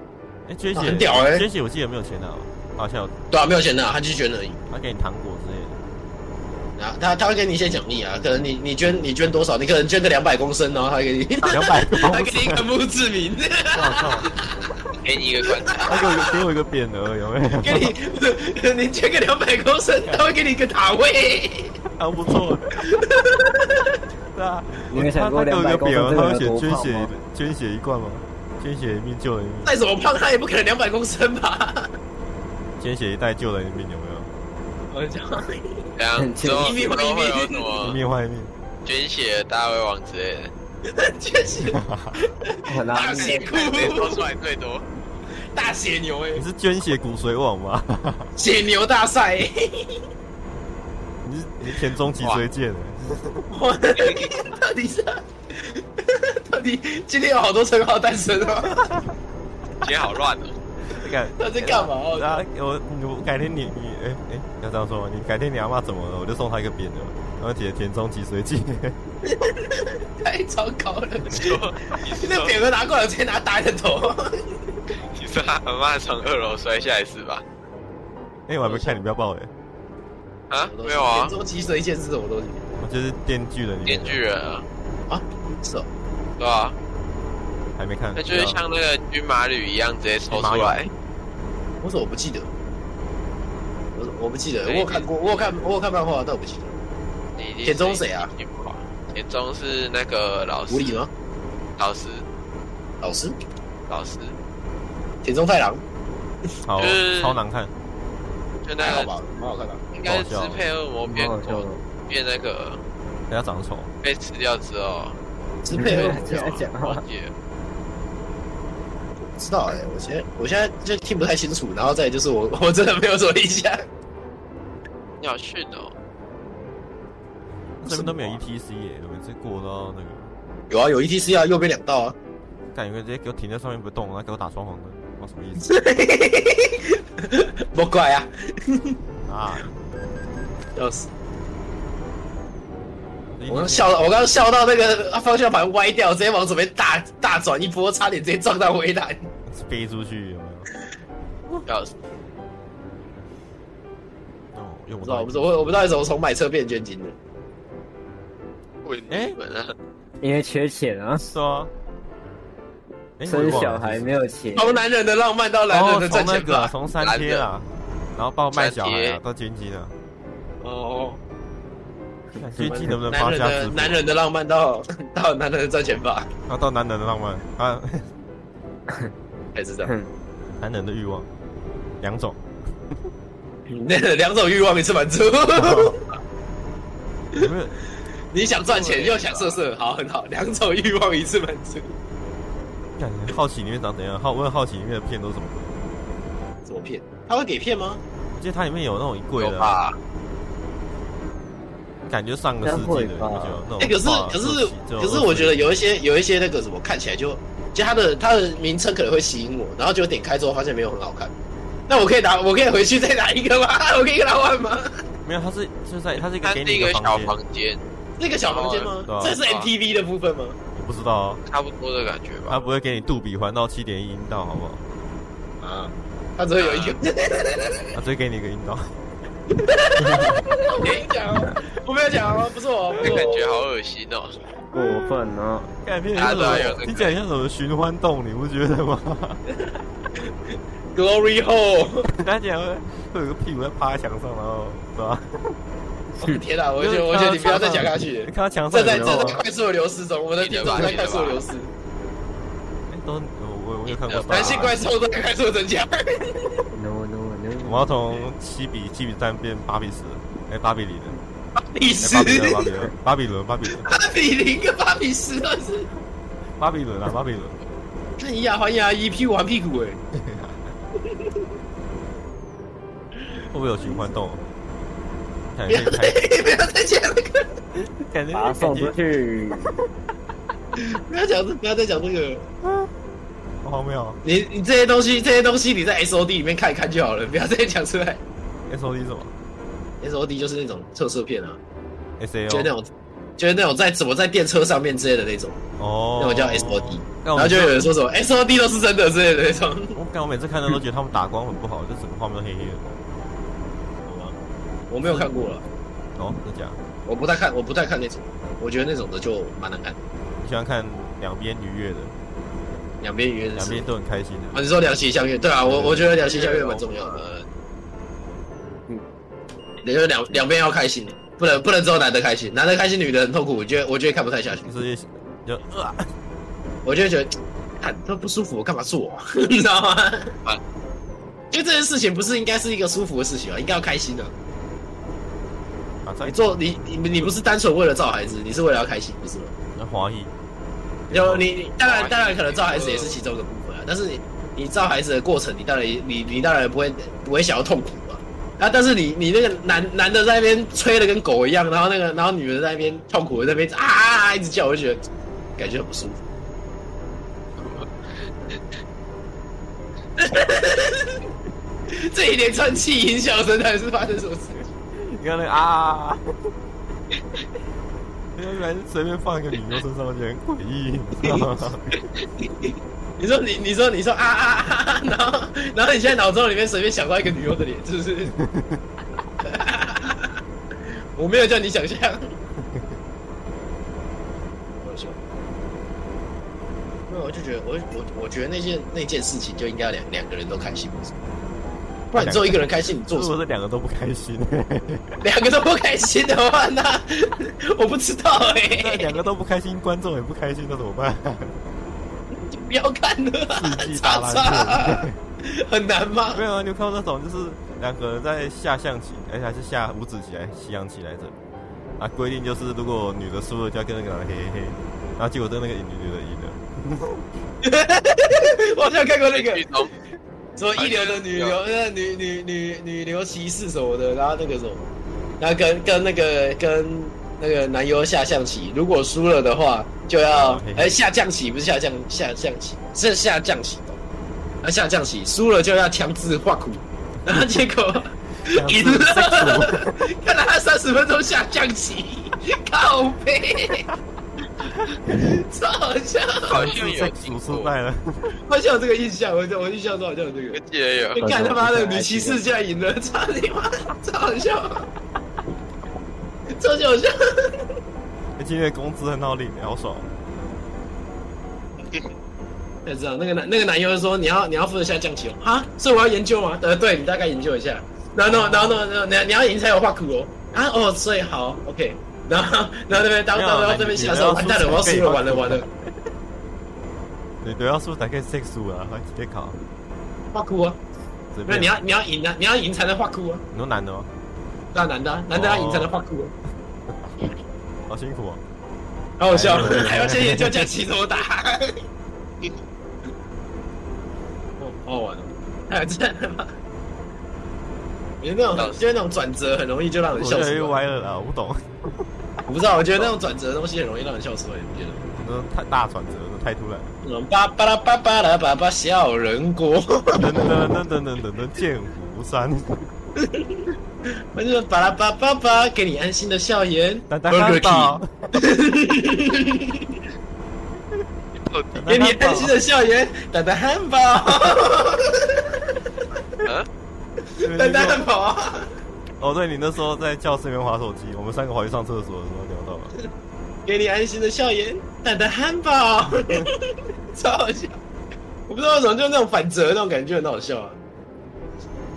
[SPEAKER 1] 哎，捐血
[SPEAKER 2] 很屌欸
[SPEAKER 1] 捐血我记得没有钱拿吧？好像有，
[SPEAKER 2] 对啊，没有钱拿，她就捐而已。
[SPEAKER 1] 他给你糖果之类的。
[SPEAKER 2] 然后她她会给你一些奖励啊，可能你你捐你捐多少，你可能捐个两百公升，然后她给 你
[SPEAKER 1] 啊两百
[SPEAKER 2] 她给你一个墓志铭，
[SPEAKER 1] 我靠！
[SPEAKER 3] 给你一个棺材，
[SPEAKER 1] 他给我一个给我一个匾额，有没有？
[SPEAKER 2] 给你你 捐个两百公升，她会给你一个塔位。
[SPEAKER 1] 还不错。对啊，
[SPEAKER 5] 你有想过
[SPEAKER 1] 他他给我一
[SPEAKER 5] 200
[SPEAKER 1] 个匾额，
[SPEAKER 5] 公升这个
[SPEAKER 1] 他会
[SPEAKER 5] 人
[SPEAKER 1] 写
[SPEAKER 5] 多
[SPEAKER 1] 捐
[SPEAKER 5] 胖
[SPEAKER 1] 血
[SPEAKER 5] 吗
[SPEAKER 1] 捐血一罐吗？捐血一命救人一命，
[SPEAKER 2] 再怎么胖，她也不可能两百公升吧？
[SPEAKER 1] 捐血一袋救人一命，有没有？
[SPEAKER 2] 我讲，
[SPEAKER 3] 这 样之后之后会有什
[SPEAKER 1] 一
[SPEAKER 3] 么
[SPEAKER 1] 命换一命，
[SPEAKER 3] 捐血大胃王之 类的，
[SPEAKER 2] 捐血
[SPEAKER 5] 很拉
[SPEAKER 2] 大血库，
[SPEAKER 3] 谁说出来最多？
[SPEAKER 2] 大血牛 哎、
[SPEAKER 1] 你是捐血骨髓网吗？
[SPEAKER 2] 血牛大赛、
[SPEAKER 1] 你是你是田中脊椎剑欸？
[SPEAKER 2] 我到底是 到底今天有好多称号诞生 哦，
[SPEAKER 3] 今天好乱 哦，
[SPEAKER 1] 改
[SPEAKER 2] 他在干嘛
[SPEAKER 3] 啊
[SPEAKER 1] 然后
[SPEAKER 2] 哦？
[SPEAKER 1] 啊我我改天你你哎哎要这样说吗？你改天你阿妈怎么了？我就送他一个匾额，然后写田中脊髓 剑。
[SPEAKER 2] 太糟糕了，
[SPEAKER 3] 说你
[SPEAKER 2] 那
[SPEAKER 3] 说
[SPEAKER 2] 匾额拿过来，我直接拿打你的头。
[SPEAKER 3] 你说他妈从二楼摔下来是吧？
[SPEAKER 1] 哎，我还没看，你不要爆哎！
[SPEAKER 3] 啊， 没有啊
[SPEAKER 2] 田，中脊髓剑是什么东西？
[SPEAKER 1] 就是电锯人里面
[SPEAKER 3] 电
[SPEAKER 1] 的，
[SPEAKER 3] 锯人啊，
[SPEAKER 2] 是哦，
[SPEAKER 3] 对啊，
[SPEAKER 1] 还没看。啊
[SPEAKER 3] 那就是
[SPEAKER 2] 啊
[SPEAKER 3] 像那个军马吕一样直接抽出来，
[SPEAKER 2] 我怎么不记得？我怎么我不记得，
[SPEAKER 3] 哎
[SPEAKER 2] 我有看过，我有看，我有看漫画，但我不记得。
[SPEAKER 3] 你一定
[SPEAKER 2] 田中谁啊
[SPEAKER 3] 是一定不好？田中是那个老师
[SPEAKER 2] 无，理吗？
[SPEAKER 3] 老师，
[SPEAKER 2] 老师，
[SPEAKER 3] 老师，
[SPEAKER 2] 田中太郎，
[SPEAKER 1] 好
[SPEAKER 3] 就是
[SPEAKER 1] 超难看，
[SPEAKER 3] 就
[SPEAKER 2] 还
[SPEAKER 3] 那
[SPEAKER 2] 好
[SPEAKER 3] 个
[SPEAKER 2] 吧，蛮好看的。
[SPEAKER 3] 应该是支配恶魔变国
[SPEAKER 5] 哦
[SPEAKER 3] 变那个
[SPEAKER 1] 人家长得丑。
[SPEAKER 3] 被吃掉之后，
[SPEAKER 2] 支配哦恶魔
[SPEAKER 5] 不要讲话
[SPEAKER 3] 忘记了
[SPEAKER 2] 不知道哎、我现在我现在就听不太清楚，然后再来就是我我真的没有什么印象。
[SPEAKER 3] 你好逊哦，
[SPEAKER 1] 这边都没有 ETC 耶、我们直接过到那个，
[SPEAKER 2] 有啊，有 ETC 啊，右边两道啊。
[SPEAKER 1] 干有个人直接给我停在上面不动，然后给我打双黄灯，我什么意思
[SPEAKER 2] 莫怪啊，
[SPEAKER 1] 啊？
[SPEAKER 2] 要死！
[SPEAKER 1] 这
[SPEAKER 2] 我刚
[SPEAKER 1] ETC
[SPEAKER 2] 笑到，我刚笑到那个啊方向盘歪掉，直接往左边大大转一波，差点直接撞到围栏。
[SPEAKER 1] 飞出去有没有？
[SPEAKER 3] 要死，
[SPEAKER 1] 哦，用
[SPEAKER 2] 我
[SPEAKER 1] 不
[SPEAKER 2] 知道，
[SPEAKER 1] 到
[SPEAKER 2] 我不知道，我我不知道怎么从买车变捐金的。
[SPEAKER 3] 问你们啊，
[SPEAKER 5] 因为缺钱啊，
[SPEAKER 1] 是啊。哎
[SPEAKER 5] 生小孩没有钱，
[SPEAKER 2] 从男人的浪漫到男人
[SPEAKER 1] 哦，
[SPEAKER 2] 的
[SPEAKER 1] 从
[SPEAKER 2] 挣
[SPEAKER 1] 那
[SPEAKER 2] 钱
[SPEAKER 1] 个啊
[SPEAKER 2] 法。
[SPEAKER 1] 从三贴啦，然后帮我卖小孩啊，到捐鸡了，
[SPEAKER 2] 哦，
[SPEAKER 1] 看捐鸡能不能
[SPEAKER 2] 男
[SPEAKER 1] 发
[SPEAKER 2] 人
[SPEAKER 1] 家
[SPEAKER 2] 的
[SPEAKER 1] 致富？
[SPEAKER 2] 男人的浪漫到到男人的赚钱法，
[SPEAKER 1] 啊，到男人的浪漫啊，
[SPEAKER 2] 还是这样。
[SPEAKER 5] 哼
[SPEAKER 1] 男人的欲望两种，
[SPEAKER 2] 那两种欲望一次满足。
[SPEAKER 1] 哦有没有？
[SPEAKER 2] 你想赚钱又想色色，好，很好，两种欲望一次满足。
[SPEAKER 1] 感觉好奇里面长怎样？好，我很好奇里面的片都是什么？
[SPEAKER 2] 怎么骗？他会给骗吗？
[SPEAKER 1] 我记得它里面有那种一柜
[SPEAKER 3] 有
[SPEAKER 1] 的啊，
[SPEAKER 3] 吧？
[SPEAKER 1] 感觉上个世纪的，
[SPEAKER 5] 应
[SPEAKER 1] 你
[SPEAKER 5] 该
[SPEAKER 1] 哦不啊
[SPEAKER 5] 会吧
[SPEAKER 1] 觉得那种画？
[SPEAKER 2] 哎、可是可是可是，我觉得有一些有一些那个什么，看起来就就他的他的名称可能会吸引我，然后就点开之后发现没有很好看。那我可以拿，我可以回去再拿一个吗？ 我可以给他换吗？
[SPEAKER 1] 没有，它是就是在它是一个
[SPEAKER 3] 它
[SPEAKER 1] 给
[SPEAKER 3] 是
[SPEAKER 1] 你
[SPEAKER 3] 一
[SPEAKER 1] 一
[SPEAKER 3] 个
[SPEAKER 1] 个
[SPEAKER 3] 小
[SPEAKER 1] 房间，
[SPEAKER 3] 房间，
[SPEAKER 2] 那个小房间吗？
[SPEAKER 1] 哦
[SPEAKER 2] 这是 MTV 的部分吗？
[SPEAKER 1] 我不知道啊，
[SPEAKER 3] 差不多的感觉吧
[SPEAKER 1] 它。不会给你杜比环到七点一阴道，好不好？
[SPEAKER 2] 啊，他只会有一个。
[SPEAKER 1] 它只会给你一个阴道，
[SPEAKER 2] 我没有讲哦，我没有讲哦，不是我，不
[SPEAKER 3] 那
[SPEAKER 2] 是
[SPEAKER 3] 感
[SPEAKER 2] 我。
[SPEAKER 3] 觉好恶心哦！
[SPEAKER 5] 过分哦！
[SPEAKER 1] 改变
[SPEAKER 2] 啊
[SPEAKER 3] 大家
[SPEAKER 1] 像
[SPEAKER 3] 都
[SPEAKER 1] 什么
[SPEAKER 3] 要有这个
[SPEAKER 1] 听起来像什么寻欢洞，你不觉得吗？
[SPEAKER 2] Glory Hole！
[SPEAKER 1] 大家会会有个屁股在趴在墙上，然后对吧？
[SPEAKER 2] 哦天哪，我觉得我觉得你不要再讲下去
[SPEAKER 1] 看，到墙上
[SPEAKER 2] 这
[SPEAKER 1] 有
[SPEAKER 2] 在
[SPEAKER 1] 人
[SPEAKER 2] 这
[SPEAKER 1] 吗
[SPEAKER 2] 在快速的流失中，我的听众在快速的流失，
[SPEAKER 1] 哎都我我我有看过
[SPEAKER 3] 你的吧
[SPEAKER 2] 男性怪兽在快速增加。
[SPEAKER 5] No no
[SPEAKER 1] 我
[SPEAKER 5] no！
[SPEAKER 1] 要从七比七比三变八比十，哎，八比零的，
[SPEAKER 2] 比
[SPEAKER 1] 哎
[SPEAKER 2] 斯，
[SPEAKER 1] 八比零，八比零，八比零，八比零，
[SPEAKER 2] 八比零跟八比十二是，
[SPEAKER 1] 八比零啊，八比零。
[SPEAKER 2] 看一下，还牙一屁股玩屁股哎、
[SPEAKER 1] 会不会有循环洞？感
[SPEAKER 2] 不要
[SPEAKER 1] 觉
[SPEAKER 2] 再
[SPEAKER 1] 开，
[SPEAKER 2] 不要再讲那个，
[SPEAKER 1] 感觉
[SPEAKER 5] 把他送出去。
[SPEAKER 2] 不要讲这，不要再讲这个。
[SPEAKER 1] 好荒谬。
[SPEAKER 2] 你你这些东西，这些东西你在 S O D 里面看一看就好了，不要再讲出来。
[SPEAKER 1] S O D 什么
[SPEAKER 2] S O D 就是那种特色片啊，
[SPEAKER 1] ？S A
[SPEAKER 2] 就是
[SPEAKER 1] O
[SPEAKER 2] 那种，就是那种在怎么在电车上面之类的那种，
[SPEAKER 1] 哦，
[SPEAKER 2] 那种叫 S O D。
[SPEAKER 1] 那
[SPEAKER 2] 然
[SPEAKER 1] 我
[SPEAKER 2] 后就有人说什么 S O D 都是真的之类的那种。
[SPEAKER 1] 我感我每次看到都觉得他们打光很不好，就整个画面都黑黑的。
[SPEAKER 2] 我没有看过了，
[SPEAKER 1] 哦，真假？
[SPEAKER 2] 我不太看，我不太看那种，我觉得那种的就蛮难看的。
[SPEAKER 1] 你喜欢看两边愉悦的，
[SPEAKER 2] 两边约的
[SPEAKER 1] 两
[SPEAKER 2] 是
[SPEAKER 1] 边都很开心的。
[SPEAKER 2] 啊，你说两情相悦，对啊，我我觉得两情相悦蛮重要的。嗯
[SPEAKER 5] 嗯，
[SPEAKER 2] 也就是两两边要开心，不能不能只有男的开心，男的开心女的很痛苦，我觉得我觉得看不太下去，
[SPEAKER 1] 就是就啊，
[SPEAKER 2] 我就会觉得，啊，他不舒服，我干 嘛做、啊？你知道吗？
[SPEAKER 3] 啊
[SPEAKER 2] 因为这件事情不是应该是一个舒服的事情啊，应该要开心的、
[SPEAKER 1] 打在
[SPEAKER 2] 你做你你你不是单纯为了造孩子，你是为了要开心，不是吗？
[SPEAKER 1] 那华裔，
[SPEAKER 2] 有你你当然当然可能造孩子也是其中一个部分啊，但是你你造孩子的过程，你当然也你你当然不会不会想要痛苦嘛。啊，但是你你那个男男的在那边吹的跟狗一样，然后那个然后女的在那边痛苦的那边啊啊啊一直叫，我就觉得感觉很不舒服。 这一连串气音效声到底是发生什么事情？
[SPEAKER 1] 你看那个啊， 原来是随便放一个女优身上，我觉得很诡 异，你知道吗？
[SPEAKER 2] 你说你你说你说啊啊啊啊，啊然后然后你现在脑中里面随便想到一个女优的脸，是不是？我没有叫你想象。我说，没有，我就觉得我我我觉得那件那件事情就应该两两个人都开心，不是不然你只有一个人开心，你做
[SPEAKER 1] 如
[SPEAKER 2] 什
[SPEAKER 1] 果
[SPEAKER 2] 么？
[SPEAKER 1] 是两个都不开心，
[SPEAKER 2] 两个都不开心的话，那我不知道哎、
[SPEAKER 1] 那两个都不开心，观众也不开心，那怎么办？
[SPEAKER 2] 就不要看了啊，
[SPEAKER 1] 世纪大烂
[SPEAKER 2] 叉叉
[SPEAKER 1] 片，
[SPEAKER 2] 很难吗
[SPEAKER 1] 没？有啊，你有看到那种就是两个人在下象棋，而且还是下五子棋来西洋棋来着。啊，规定就是如果女的输了就要跟那个男的嘿嘿嘿，然后结果真的那个女的赢了，
[SPEAKER 2] 我好像看过那个
[SPEAKER 3] 剧。中
[SPEAKER 2] 什么一流的女流，那女女女女流骑士什么的，然后那个什么，然后跟跟那个跟那个男优下象棋，如果输了的话就要
[SPEAKER 1] 哦嘿嘿
[SPEAKER 2] 哎、下象棋不是下象下象棋是下象棋的，啊下象棋输了就要强制画苦，然后结果赢了， 看来他三十分钟下象棋，靠背，超好笑，
[SPEAKER 3] 好像 有
[SPEAKER 1] 主
[SPEAKER 3] 听
[SPEAKER 1] 出
[SPEAKER 3] 过，
[SPEAKER 1] 来了，
[SPEAKER 2] 好像有这个印象，我我印象中好像有这个
[SPEAKER 3] 我。记得 有
[SPEAKER 2] 你看他妈的，女骑士竟然赢了，操你妈， 超好笑， 超级 好笑。
[SPEAKER 1] 而且那个工资很好领，好爽。
[SPEAKER 2] 才哎知道那个男那个男优说你要你要负责下降棋哦啊，所以我要研究吗？呃，对你大概研究一下，然后然后然后然后你要你要赢才有画苦哦啊哦，所以好 OK，然后然后那边当当当这边下手完蛋了，我要输了完了完了，
[SPEAKER 1] 你都要输才可以 six 输啊，还直接考，
[SPEAKER 2] 画苦啊，
[SPEAKER 1] 随
[SPEAKER 2] 那
[SPEAKER 1] 便。
[SPEAKER 2] 你要你要赢啊，你要赢才能画苦啊，
[SPEAKER 1] 你说男的吗？
[SPEAKER 2] 那男的啊男的要赢才能画苦啊，
[SPEAKER 1] 好辛苦哦。
[SPEAKER 2] 好好笑，哎 还要先研究降棋怎 么打。哦，好好玩哦！哎，真的吗？因为那种，就是那种转折很容易就让人
[SPEAKER 1] 我
[SPEAKER 2] 笑
[SPEAKER 1] 越来越
[SPEAKER 2] 出来。
[SPEAKER 1] 歪了啦，我不懂。
[SPEAKER 2] 我不知道，我觉得那种转折的东西很容易让人笑出来，你不觉得吗？
[SPEAKER 1] 你说太大转折了，太突然了。
[SPEAKER 2] 那种巴巴拉巴巴拉巴巴小人国，
[SPEAKER 1] 等等等等等等等，剑湖山。
[SPEAKER 2] 我就是巴拉巴巴巴，给你安心的笑 颜。
[SPEAKER 1] 大家看到，
[SPEAKER 3] 到底
[SPEAKER 2] 给你安心的笑颜，蛋蛋汉堡，
[SPEAKER 3] 啊？
[SPEAKER 2] 蛋蛋汉堡。
[SPEAKER 1] 哦，对你那时候在教室里面划手机，我们三个跑去上厕所的时候聊到了。
[SPEAKER 2] 给你安心的笑颜，蛋蛋汉 堡，超好笑。我不知道为什么，就是那种反折那种感觉很好笑啊。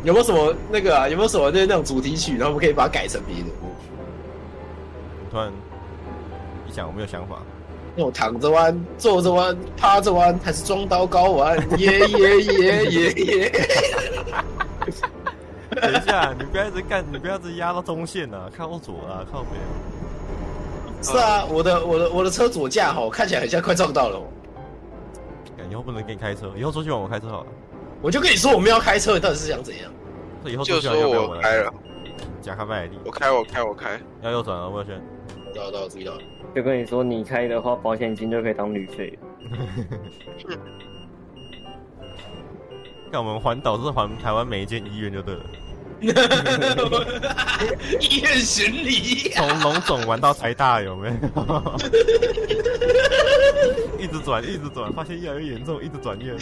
[SPEAKER 2] 有没有什么那个啊？有没有什么就是那种主题曲，然后我们可以把它改成别的？
[SPEAKER 1] 我突然一想，我没有想法。
[SPEAKER 2] 那种躺着弯、坐着弯、趴着弯，还是装刀高 弯？耶耶耶耶耶！
[SPEAKER 1] 等一下，你不要一直干，你不要一直压到中线啊，靠左啊，靠北啊。
[SPEAKER 2] 是啊，我的我的我的车左驾吼，看起来很像快撞到了我。
[SPEAKER 1] 干以后不能给你开车，以后出去玩我开车好了。
[SPEAKER 2] 我就跟你说我们要开车，你到底是想怎样？
[SPEAKER 1] 所以以后出
[SPEAKER 3] 就
[SPEAKER 1] 去玩要
[SPEAKER 3] 说
[SPEAKER 1] 不要
[SPEAKER 3] 我
[SPEAKER 1] 我
[SPEAKER 3] 开
[SPEAKER 1] 来？
[SPEAKER 3] 了，
[SPEAKER 1] 加卡麦里
[SPEAKER 3] 我开，我开，我开。
[SPEAKER 1] 要右转啊，魏轩。
[SPEAKER 2] 我到到注 意到了，
[SPEAKER 5] 就跟你说，你开的话，保险金就可以当旅费。
[SPEAKER 1] 看我们环岛是环台湾每一间医院就对了，
[SPEAKER 2] 医院巡礼。
[SPEAKER 1] 从龙总玩到台大有没 有？一直转，一直转，发现越来越严重，一直转院，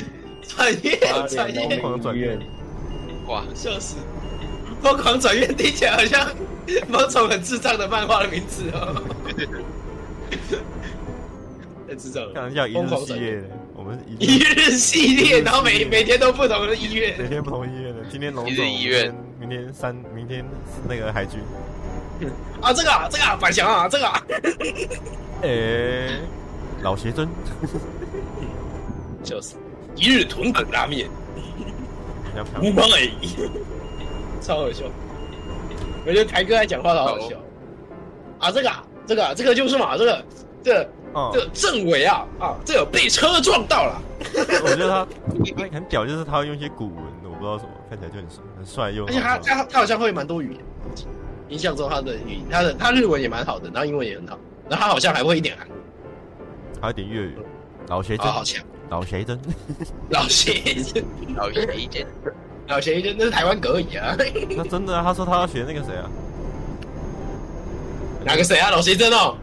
[SPEAKER 2] 转院，转
[SPEAKER 5] 花莲
[SPEAKER 2] 院，
[SPEAKER 5] 农民医院，
[SPEAKER 3] 哇，
[SPEAKER 2] 笑死！疯狂转院听起来好像 某种很智障的漫画的名字哦， 太智障
[SPEAKER 1] 看
[SPEAKER 2] 了！
[SPEAKER 1] 人家有一
[SPEAKER 2] 疯
[SPEAKER 1] 日
[SPEAKER 2] 狂
[SPEAKER 1] 系
[SPEAKER 2] 转院，
[SPEAKER 1] 列的，我们是
[SPEAKER 2] 一
[SPEAKER 1] 一日
[SPEAKER 2] 日系列，然后每每天都不同的医
[SPEAKER 1] 每
[SPEAKER 2] 院，
[SPEAKER 1] 天不同医院的，今天龙
[SPEAKER 3] 一
[SPEAKER 1] 总，
[SPEAKER 3] 日医院
[SPEAKER 1] 明天，明天三，明天是那个海军，
[SPEAKER 2] 啊，这个啊，这个啊，百祥啊，这个啊，
[SPEAKER 1] 诶、老邪尊，
[SPEAKER 2] 笑死！一日豚骨拉面，
[SPEAKER 1] 要不要
[SPEAKER 2] 无芒而已，超好笑。我觉得台哥在讲话都好好笑。啊，这个啊，这个啊，这个就是嘛，这个这个
[SPEAKER 1] 哦
[SPEAKER 2] 这，个政委啊啊，这个被车撞到了。
[SPEAKER 1] 我觉得他他很屌，就是他会用一些古文，我不知道什么，看起来就很帅很帅又
[SPEAKER 2] 而
[SPEAKER 1] 很
[SPEAKER 2] 且
[SPEAKER 1] 好
[SPEAKER 2] 他
[SPEAKER 1] 笑
[SPEAKER 2] 他他好像会蛮多语言，印象中他的语他的他日文也蛮好的，然后英文也很好，然后他好像还会一点韩语，
[SPEAKER 1] 还有点粤语，老邪尊
[SPEAKER 2] 啊，，好强！
[SPEAKER 1] 老邪尊，
[SPEAKER 2] 老邪医
[SPEAKER 3] 老爷一见，
[SPEAKER 2] 老邪医那是台湾格语啊，
[SPEAKER 1] 那真的啊， 他说他要学那个谁啊，
[SPEAKER 2] 哪个谁啊？老邪真哦，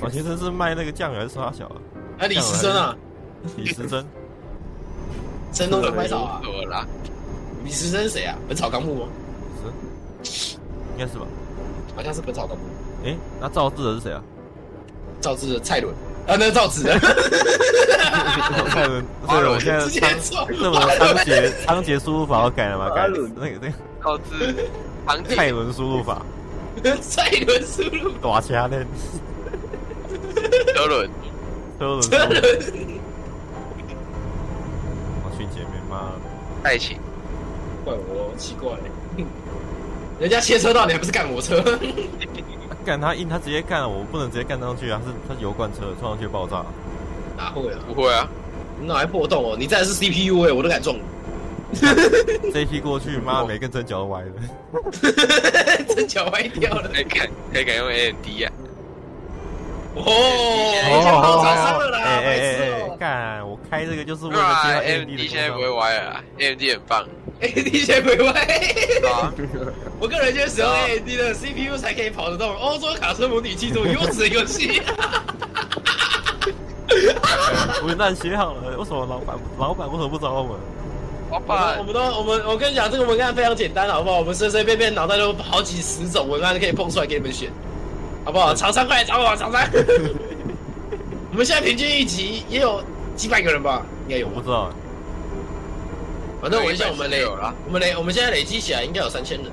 [SPEAKER 1] 老邪尊是卖那个酱油还是沙小啊？
[SPEAKER 2] 啊李时珍啊，
[SPEAKER 1] 李时珍，
[SPEAKER 2] 神农尝百草啊，
[SPEAKER 3] 我啦，
[SPEAKER 2] 李时珍是谁啊？本草纲目吗？
[SPEAKER 1] 李时珍应该是吧？
[SPEAKER 2] 好像是本草纲目，
[SPEAKER 1] 诶、那造字的是谁啊？
[SPEAKER 2] 赵志的蔡伦啊，那是赵子的，
[SPEAKER 1] 我蔡伦，对，我现在
[SPEAKER 2] 直接
[SPEAKER 1] 仓，
[SPEAKER 2] 错，
[SPEAKER 1] 这我仓颉仓颉输入法我改了吗？改
[SPEAKER 5] 阿伦
[SPEAKER 1] 那个那个
[SPEAKER 3] 导致唐姐
[SPEAKER 1] 蔡伦输入法，
[SPEAKER 2] 蔡伦输入
[SPEAKER 1] 大车呢？
[SPEAKER 3] 车轮，
[SPEAKER 1] 车轮输
[SPEAKER 2] 车
[SPEAKER 1] 入法，
[SPEAKER 2] 轮，
[SPEAKER 1] 我去姐妹妈的。
[SPEAKER 3] 爱情，
[SPEAKER 2] 怪我奇怪欸，人家切车道你还不是干我车？
[SPEAKER 1] 干他硬，他直接干了，我不能直接干上去啊！是他是油罐车撞上去爆炸，
[SPEAKER 2] 哪会啊？
[SPEAKER 3] 不会啊，
[SPEAKER 2] 你脑袋破洞哦！你这是 CPU 哎、我都敢撞你，
[SPEAKER 1] 这一批过去，妈每根针脚都歪了。
[SPEAKER 2] 真脚歪掉 了。
[SPEAKER 3] 还敢还敢用 AMD 啊？
[SPEAKER 2] 哦，
[SPEAKER 3] 哦
[SPEAKER 2] 哦早上了啦，
[SPEAKER 1] 哎
[SPEAKER 2] 白
[SPEAKER 1] 哎
[SPEAKER 2] 痴
[SPEAKER 1] 哎哎
[SPEAKER 2] 哦！
[SPEAKER 1] 干！我开这个就是为
[SPEAKER 3] 对
[SPEAKER 1] 了
[SPEAKER 3] 啊
[SPEAKER 1] 接到 AMD
[SPEAKER 3] ，AMD
[SPEAKER 1] 的
[SPEAKER 3] 现在不会歪了 啊，AMD 很棒，
[SPEAKER 2] 哎， 你先鬼歪。
[SPEAKER 3] 啊，
[SPEAKER 2] 我个人觉得使用 AMD 的 CPU 才可以跑得动欧洲卡车模拟器这种幼稚的游 戏。
[SPEAKER 1] 文案写好了，为什么老板老板为什么不找我们？
[SPEAKER 2] 我
[SPEAKER 3] 老
[SPEAKER 2] 们我
[SPEAKER 3] 板，
[SPEAKER 2] 们都我们我跟你讲，这个文案非常简单，好不好？我们随随便便脑袋都有好几十种文案可以碰出来给你们选，好不好？厂商快来找我，厂 商。我们现在平均一集也有几百个人吧，应该有
[SPEAKER 1] 我不知
[SPEAKER 2] 吧？
[SPEAKER 1] 道，
[SPEAKER 2] 反正我印象我们累
[SPEAKER 3] 有了，
[SPEAKER 2] 我们累，我们现在累积起来应该有三千人，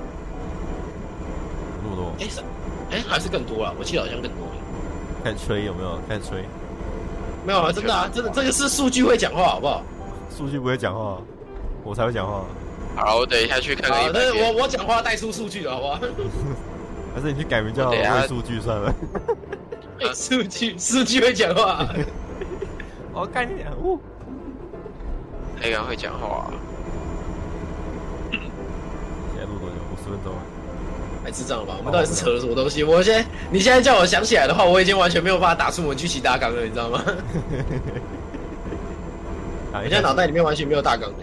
[SPEAKER 1] 那么多，
[SPEAKER 2] 哎、三，哎、还是更多啊，我记得好像更多。
[SPEAKER 1] 看吹有没有？看吹，
[SPEAKER 2] 没有啊，真的啊，真的，这个是数据会讲话，好不好？
[SPEAKER 1] 数据不会讲话，我才会讲话。
[SPEAKER 3] 好了，我等一下去看看
[SPEAKER 2] 好
[SPEAKER 3] 一，
[SPEAKER 2] 但
[SPEAKER 3] 百
[SPEAKER 2] 是我
[SPEAKER 3] 遍，
[SPEAKER 2] 我讲话带出数据的好不好？
[SPEAKER 1] 还是你去改名叫
[SPEAKER 3] 我等一下
[SPEAKER 1] 魏数据算了。
[SPEAKER 2] 哎
[SPEAKER 3] 啊
[SPEAKER 2] 数据数据会讲 话，
[SPEAKER 1] 我哦干你娘！呜，
[SPEAKER 3] 还敢会讲 话啊，
[SPEAKER 1] 现在录多久？五十分钟啊。
[SPEAKER 2] 太智障了吧？我们到底是扯了什么东西？我现在你现在叫我想起来的话，我已经完全没有办法打出我们剧情大纲了，你知道吗？
[SPEAKER 1] 我
[SPEAKER 3] 哎
[SPEAKER 2] 我现在脑袋里面完全没有大纲的。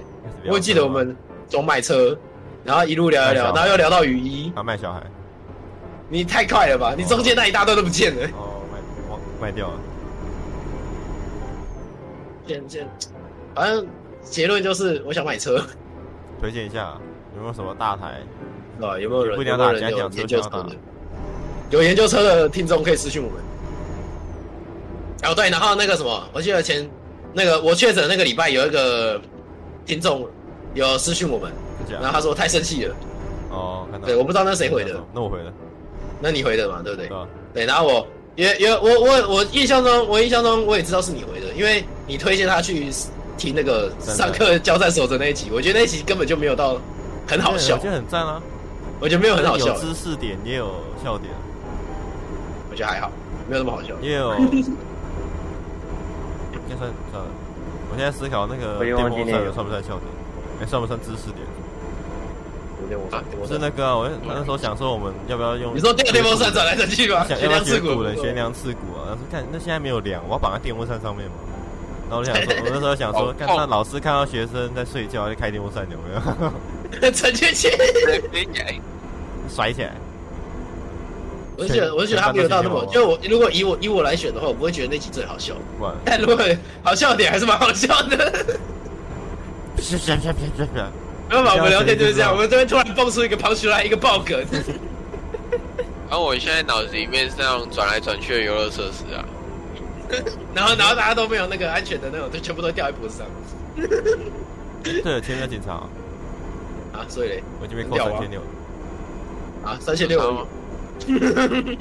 [SPEAKER 2] 我
[SPEAKER 1] 会
[SPEAKER 2] 记得我们从买车，然后一路聊一聊，然后又聊到雨衣，
[SPEAKER 1] 啊卖小孩，
[SPEAKER 2] 你太快了吧？你中间那一大段都不见了。
[SPEAKER 1] 哦卖忘卖掉了。
[SPEAKER 2] 见见，反正结论就是我想买车，
[SPEAKER 1] 推荐一下，有没有什么大台？
[SPEAKER 2] 啊，有没有人
[SPEAKER 1] 不一定要
[SPEAKER 2] 有没有
[SPEAKER 1] 打
[SPEAKER 2] 人
[SPEAKER 1] 讲
[SPEAKER 2] 有
[SPEAKER 1] 讲车
[SPEAKER 2] 研究
[SPEAKER 1] 讲
[SPEAKER 2] 车
[SPEAKER 1] 到
[SPEAKER 2] 的？有研究车的听众可以私信我们。哦对，然后那个什么，我记得前那个我确诊那个礼拜有一个听众有私讯我们，
[SPEAKER 1] 这
[SPEAKER 2] 然后
[SPEAKER 1] 样。
[SPEAKER 2] 他说太生气了，
[SPEAKER 1] 哦，看到。
[SPEAKER 2] 啊对，我不知道那谁回的，？
[SPEAKER 1] 那我回的，
[SPEAKER 2] 那你回的嘛，对不
[SPEAKER 1] 嗯
[SPEAKER 2] 对
[SPEAKER 1] 对？啊吧？
[SPEAKER 2] 对，然后我因为因为我我我印象中，我印象中我也知道是你回的，因为你推荐他去听那个
[SPEAKER 1] 真的
[SPEAKER 2] 上课交战守则那一集，我觉得那一集根本就没有到很好笑
[SPEAKER 1] 哎我觉，得很赞啊，
[SPEAKER 2] 我觉得没有很好笑
[SPEAKER 1] 有，知识点，也有笑点，
[SPEAKER 2] 我觉得还好，没有那么好笑。
[SPEAKER 1] 也 有。应该算算了，我现在思考那个
[SPEAKER 5] 我已
[SPEAKER 1] 电
[SPEAKER 5] 经忘记
[SPEAKER 1] 风
[SPEAKER 5] 内
[SPEAKER 1] 扇
[SPEAKER 5] 容
[SPEAKER 1] 算不算笑点？哎，算不算知识点？
[SPEAKER 2] 有点我我
[SPEAKER 1] 我是那个啊，我那时候想说我们要不要用？
[SPEAKER 2] 你说第二电风扇转来转去吗？
[SPEAKER 1] 想
[SPEAKER 2] 悬
[SPEAKER 1] 要不要
[SPEAKER 2] 梁
[SPEAKER 1] 学
[SPEAKER 2] 刺
[SPEAKER 1] 古
[SPEAKER 2] 股
[SPEAKER 1] 人 悬梁刺股啊？然后说看那现在没有梁，我要绑在电风扇上面嘛。然后我就想说，我那时候想 说，
[SPEAKER 2] 哦
[SPEAKER 3] 好
[SPEAKER 1] 看
[SPEAKER 3] 痛
[SPEAKER 1] 那老师看到学生在睡觉，就开电风扇有没有？
[SPEAKER 2] 陈俊 熙，
[SPEAKER 3] 飞起来，
[SPEAKER 1] 甩起来，
[SPEAKER 2] 我就觉得我就觉得他没有到那么，就我如果以我以我来选的话，我不会觉得那集最好笑，
[SPEAKER 1] 不然
[SPEAKER 2] 但如果好笑点还是蛮好笑的。
[SPEAKER 1] 啪啪啪啪啪啪。
[SPEAKER 2] 没有吧？我们聊天就是这样，我们这边突然蹦出一个 punch line，一个爆梗。
[SPEAKER 3] 然啊后我现在脑子里面是那种转来转去的游乐设施啊，
[SPEAKER 2] 然后然后大家都没有那个安全的那种，就全部都掉在脖子上
[SPEAKER 1] 对了，前面有警察啊，
[SPEAKER 2] 啊！所以嘞，
[SPEAKER 1] 我已经被扣三千六了。
[SPEAKER 2] 啊，三千六
[SPEAKER 3] 然
[SPEAKER 2] 五
[SPEAKER 3] 后，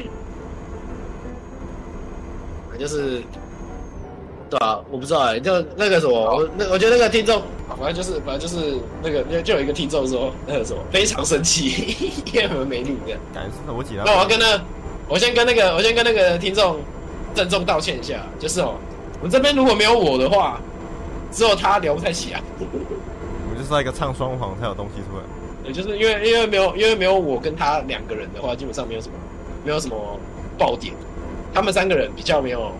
[SPEAKER 2] 反正就是，对啊，我不知道哎、就那个什么，我那我觉得那个听众，反正就是反正就是那个就就有一个听众说那个什么非常生气，因为我们没录这样。
[SPEAKER 1] 感觉是我警察
[SPEAKER 2] 那我要跟那，我先跟那个我先跟那个听众郑重道歉一下，就是哦，我们这边如果没有我的话，只有他聊不太起来。
[SPEAKER 1] 我就是要一个唱双簧才有东西出来。
[SPEAKER 2] 也就是因为因为没有因为没有我跟他两个人的话，基本上没有什么没有什么爆点。他们三个人比较没有，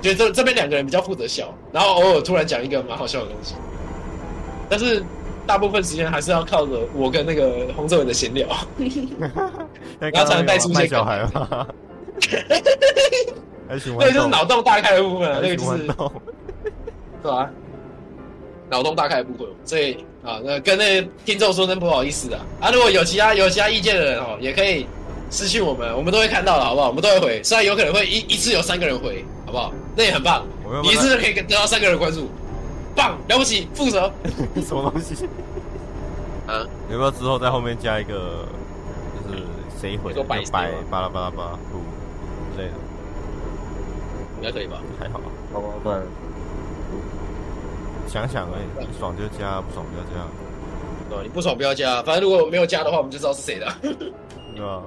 [SPEAKER 2] 就这这边两个人比较负责笑，然后偶尔突然讲一个蛮好笑的东西。但是大部分时间还是要靠着我跟那个洪志伟的闲聊。
[SPEAKER 1] 那
[SPEAKER 2] 然后才能带出一些
[SPEAKER 1] 卖小孩 吗？还循环
[SPEAKER 2] 对，就是
[SPEAKER 1] 动
[SPEAKER 2] 脑洞大开的部分啊，
[SPEAKER 1] 还
[SPEAKER 2] 那个
[SPEAKER 1] 循
[SPEAKER 2] 就是
[SPEAKER 1] 环动
[SPEAKER 2] 对啊，脑洞大开的部分。所以啊，那跟那个听众说声不好意思啊。啊，如果有其他有其他意见的人哦，也可以私信我们，我们都会看到的，好不好？我们都会回，虽然有可能会一一次有三个人回，好不好？那也很棒
[SPEAKER 1] 我没有，
[SPEAKER 2] 你一次就可以得到三个人关注，棒，了不起，负责。
[SPEAKER 1] 什么东西？
[SPEAKER 3] 啊，
[SPEAKER 1] 有没有之后在后面加一个，就是谁回
[SPEAKER 2] 你说白
[SPEAKER 1] 就白
[SPEAKER 2] 色吗
[SPEAKER 1] 巴拉巴拉巴拉不之类的，
[SPEAKER 2] 应该可以吧？
[SPEAKER 1] 还好，
[SPEAKER 5] 好吧，算了，
[SPEAKER 1] 想想而已，爽就加，不爽不要加，
[SPEAKER 2] 对啊吧你不爽不要加，反正如果没有加的话，我们就知道是谁了。
[SPEAKER 1] 对吧？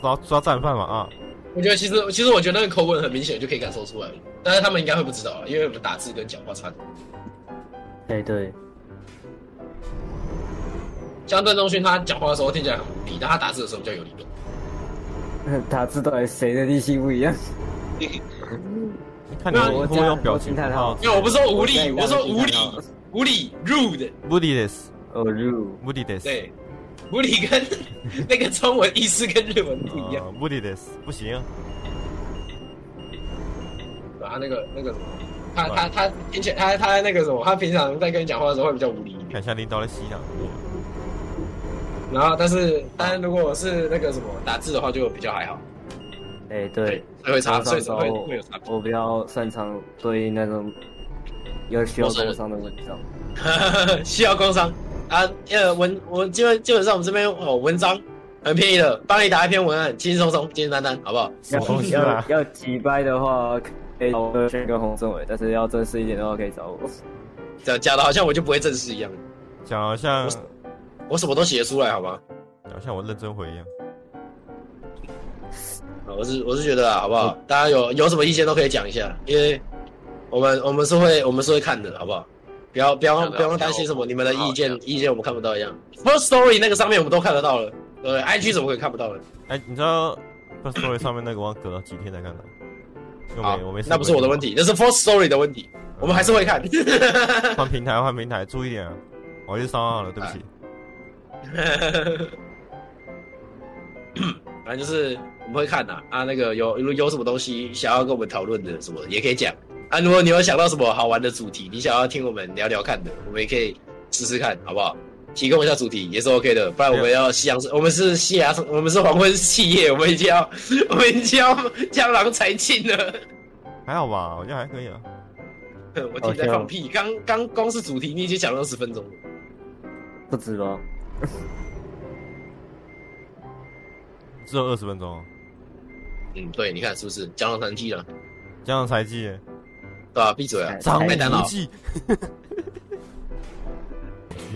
[SPEAKER 1] 抓抓战犯嘛啊！
[SPEAKER 2] 我觉得其实其实我觉得那个口吻很明显就可以感受出来，但是他们应该会不知道啊，因为我们打字跟讲话差很多。
[SPEAKER 5] 哎对，
[SPEAKER 2] 像邓中勋他讲话的时候听起来很无理，但他打字的时候比较有理论。
[SPEAKER 5] 打字到底谁的力气不一样？
[SPEAKER 1] 看你会
[SPEAKER 2] 那
[SPEAKER 1] 不会用表情符号
[SPEAKER 5] 我
[SPEAKER 2] 因为我不是说无
[SPEAKER 5] 在
[SPEAKER 2] 理，
[SPEAKER 5] 你
[SPEAKER 2] 我
[SPEAKER 5] 当
[SPEAKER 2] 说
[SPEAKER 5] 时
[SPEAKER 2] 无
[SPEAKER 5] 看
[SPEAKER 2] 理，
[SPEAKER 5] 到了
[SPEAKER 2] 无理 rude，
[SPEAKER 1] ，moody this
[SPEAKER 5] 哦入，
[SPEAKER 1] moody this，啊
[SPEAKER 2] 对，无理跟那个中文意思跟日文不一样。
[SPEAKER 1] ，moody this 不行啊，
[SPEAKER 2] 然啊后那个那个什么，他他他听起来他他那个什么，他平常在跟你讲话的时候会比较无理一点。
[SPEAKER 1] 看一下领导在吸氧，
[SPEAKER 2] 然后但是但是如果我是那个什么打字的话，就比较还好，
[SPEAKER 5] 哎对，哦
[SPEAKER 2] 所以会差，啊所
[SPEAKER 5] 上
[SPEAKER 2] 以
[SPEAKER 5] 时
[SPEAKER 2] 会会有差别。
[SPEAKER 5] 我比较擅长对那种有需要工伤的文章。
[SPEAKER 2] 需要工商啊，呃，文我基本基本上我们这边哦，文章很便宜的，帮你打一篇文案，轻轻松松，简简单单，好不好？
[SPEAKER 1] 什么东西
[SPEAKER 5] 要
[SPEAKER 1] 啊？
[SPEAKER 5] 要击败的话，可以找我轩跟洪政伟，但是要正式一点的话，可以找我。
[SPEAKER 2] 这样讲的好像我就不会正式一样，
[SPEAKER 1] 讲好像
[SPEAKER 2] 我什么都写得出来，好吗？
[SPEAKER 1] 好像我认真回一样。
[SPEAKER 2] 啊我是我是觉得啊，好不好？大家有有什么意见都可以讲一下，因为我们我们是会我们是会看的，好不好？不要不要
[SPEAKER 3] 看得
[SPEAKER 2] 不要
[SPEAKER 3] 到
[SPEAKER 2] 担心什么
[SPEAKER 3] 我
[SPEAKER 2] 你们的
[SPEAKER 3] 好
[SPEAKER 2] 意见
[SPEAKER 3] 像
[SPEAKER 2] 意见我们看不到一样。First Story 那个上面我们都看得到了，对不对？IG 怎么可以看不到呢？
[SPEAKER 1] 哎，你知道 First Story 上面那个我隔了几天才看到，因为我
[SPEAKER 2] 好
[SPEAKER 1] 没我没，
[SPEAKER 2] 啊那不是我的问，题，那是 First Story 的问题，我们还是会看。
[SPEAKER 1] 换平台换平台，注意点啊！我去上岸了，对
[SPEAKER 2] 啊
[SPEAKER 1] 不起。
[SPEAKER 2] 反正就是我们会看的啊那个有有有什么东西想要跟我们讨论的什么的也可以讲啊。如果你有想到什么好玩的主题，你想要听我们聊聊看的，我们也可以试试看，好不好？提供一下主题也是 OK 的，不然我们要夕阳，我们是夕阳， 我们是黄昏企业，我们已经要，我们已经要江郎才尽了。
[SPEAKER 1] 还好吧，我觉得还可以啊。
[SPEAKER 2] 我听你在放屁，刚刚光是主题你已经讲了二十分钟了。
[SPEAKER 5] 不止吧？
[SPEAKER 1] 只有二十分钟，
[SPEAKER 2] 嗯，对，你看是不是讲到难记了？
[SPEAKER 1] 这样才记，
[SPEAKER 2] 啊对吧、闭嘴啊！
[SPEAKER 1] 张
[SPEAKER 2] 麦当劳
[SPEAKER 1] 无 忌。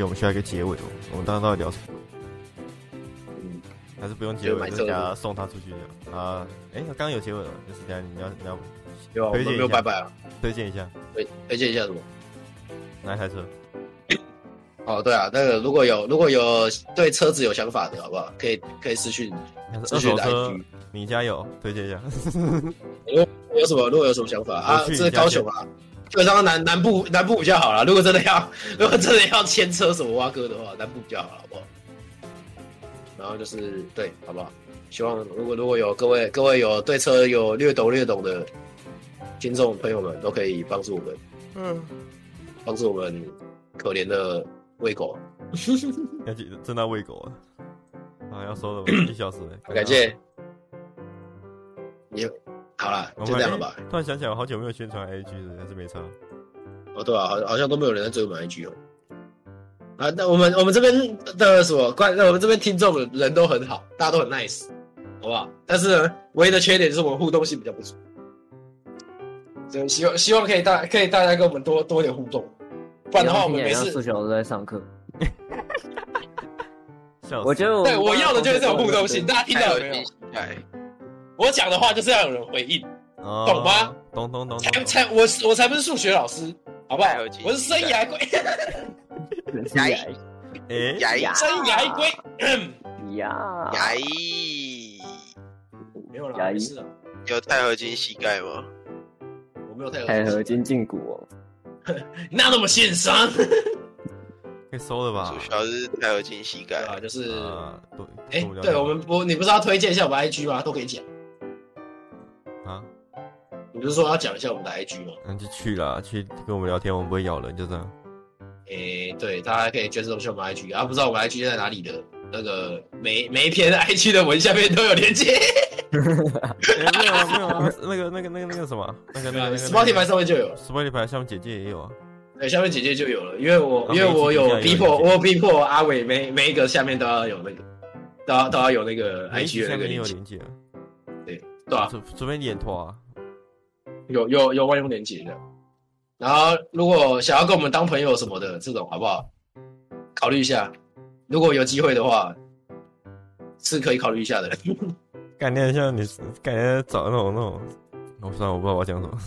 [SPEAKER 1] 我们需要一个结尾哦，我们刚刚到底聊什么？
[SPEAKER 2] 嗯，
[SPEAKER 1] 还是不用结
[SPEAKER 2] 就买
[SPEAKER 1] 尾，
[SPEAKER 2] 车
[SPEAKER 1] 就给他送他出去聊啊？哎，刚刚有结尾了，就是等一下你要你要
[SPEAKER 2] 有啊，我
[SPEAKER 1] 推
[SPEAKER 2] 们
[SPEAKER 1] 荐一
[SPEAKER 2] 没
[SPEAKER 1] 下
[SPEAKER 2] 有拜拜啊？
[SPEAKER 1] 推荐一下
[SPEAKER 2] 推推荐一下什么？
[SPEAKER 1] 哪一台车？
[SPEAKER 2] 哦，对啊，那个如果有如果有对车子有想法的，好不好？可以可以私讯
[SPEAKER 1] 那是
[SPEAKER 2] 私
[SPEAKER 1] 二
[SPEAKER 2] 讯
[SPEAKER 1] 手
[SPEAKER 2] 的
[SPEAKER 1] 车
[SPEAKER 2] IG，，
[SPEAKER 1] 你家有推荐一下？
[SPEAKER 2] 有什么如果有什么想法啊
[SPEAKER 1] 我？去
[SPEAKER 2] 这
[SPEAKER 1] 你
[SPEAKER 2] 是
[SPEAKER 1] 家
[SPEAKER 2] 高雄啊，基本上南南部南部比较好啦。如果真的要 如果真的要牵车什么挖哥的话，南部比较好，好不好？然后就是对，好不好？希望如果如果有各位各位有对车有略懂略懂的听众朋友们，都可以帮助我们，
[SPEAKER 1] 嗯，
[SPEAKER 2] 帮助我们可怜的喂狗。
[SPEAKER 1] 要去正在喂狗了，啊，要收了吧，一小时 了，
[SPEAKER 2] 感谢。你好啦，
[SPEAKER 1] 我
[SPEAKER 2] 就
[SPEAKER 1] 们
[SPEAKER 2] 这样了吧？
[SPEAKER 1] 突然想起来，我好久没有宣传 A G 了，还是没差。
[SPEAKER 2] 哦，对啊，好好像都没有人在追我们 IG 哦。啊，那我们我们这边的什么关？那我们这边听众人都很好，大家都很 nice，好不好？但是呢，唯一的缺点就是我们互动性比较不足，所以希望希望可以大可以大家跟我们多多一点互动，不然的话我们
[SPEAKER 5] 每
[SPEAKER 2] 每次
[SPEAKER 5] 四小时在上课。
[SPEAKER 1] 笑死
[SPEAKER 5] 我觉得
[SPEAKER 2] 对
[SPEAKER 3] 啊
[SPEAKER 2] 我要的就是这种互动性，大家听
[SPEAKER 3] 还
[SPEAKER 2] 到
[SPEAKER 3] 有
[SPEAKER 2] 了没
[SPEAKER 3] 你
[SPEAKER 2] 有？
[SPEAKER 3] 哎，
[SPEAKER 2] 我讲的话就是要有人回应，
[SPEAKER 1] 哦
[SPEAKER 2] 懂吗？
[SPEAKER 1] 懂懂懂懂
[SPEAKER 2] 才
[SPEAKER 1] 懂。
[SPEAKER 2] 才我是我才不是数学老师，好不好
[SPEAKER 3] 太有经？
[SPEAKER 2] 我是生涯规
[SPEAKER 3] 牙医
[SPEAKER 5] 呀
[SPEAKER 1] 哎，
[SPEAKER 3] 牙医
[SPEAKER 2] 生
[SPEAKER 5] 啊
[SPEAKER 2] 涯规，
[SPEAKER 5] 呀
[SPEAKER 2] 哎
[SPEAKER 3] 牙医
[SPEAKER 2] 没有啦，
[SPEAKER 5] 牙医
[SPEAKER 2] 没事啦，
[SPEAKER 3] 有钛合金膝盖吗？
[SPEAKER 2] 我没有太有
[SPEAKER 5] 钛合金胫骨哦，
[SPEAKER 2] 那那么啊线上，
[SPEAKER 1] 可以收了吧
[SPEAKER 3] 主？要是钛合金膝盖
[SPEAKER 2] 对。 啊，就是，
[SPEAKER 1] 啊，对，
[SPEAKER 2] 哎、
[SPEAKER 1] 无聊
[SPEAKER 2] 对我们不，你不是要推荐一下我们 IG 吗？都可以讲，
[SPEAKER 1] 啊，
[SPEAKER 2] 你不是说要讲一下我们的 IG 吗？
[SPEAKER 1] 那就去啦，去跟我们聊天，我们不会咬人，就这 样。
[SPEAKER 2] 哎、对，大家可以捐赠一下我们 IG 啊，不知道我们 IG 在哪里的，那个每每一篇 IG 的文下面都有连接，
[SPEAKER 1] 哎没有啊，没有啊，那个那个那个那个什么，啊那 个那个那个
[SPEAKER 2] Spotify 上面就有了，
[SPEAKER 1] Spotify 上面简介也有啊。
[SPEAKER 2] 对，下面姐姐就有了，因为我
[SPEAKER 1] 啊
[SPEAKER 2] 因为我有
[SPEAKER 1] 每一
[SPEAKER 2] 逼
[SPEAKER 1] 集
[SPEAKER 2] 迫，
[SPEAKER 1] 都有连接
[SPEAKER 2] 我有逼迫阿伟每每一个下面都要有那个，都要都要有那个
[SPEAKER 1] 哎，
[SPEAKER 2] IG 的
[SPEAKER 1] 下
[SPEAKER 2] 那个
[SPEAKER 1] 面也
[SPEAKER 2] 连
[SPEAKER 1] 有
[SPEAKER 2] 接，
[SPEAKER 1] 连接啊，啊
[SPEAKER 2] 对啊吧、
[SPEAKER 1] 除除非你眼拖啊。
[SPEAKER 2] 有有有万用连接的。然后如果想要跟我们当朋友什么的这种，好不好？考虑一下，如果有机会的话，是可以考虑一下的。
[SPEAKER 1] 感觉像你，感觉找那种那种，我哦算了，我不知道我要讲什么。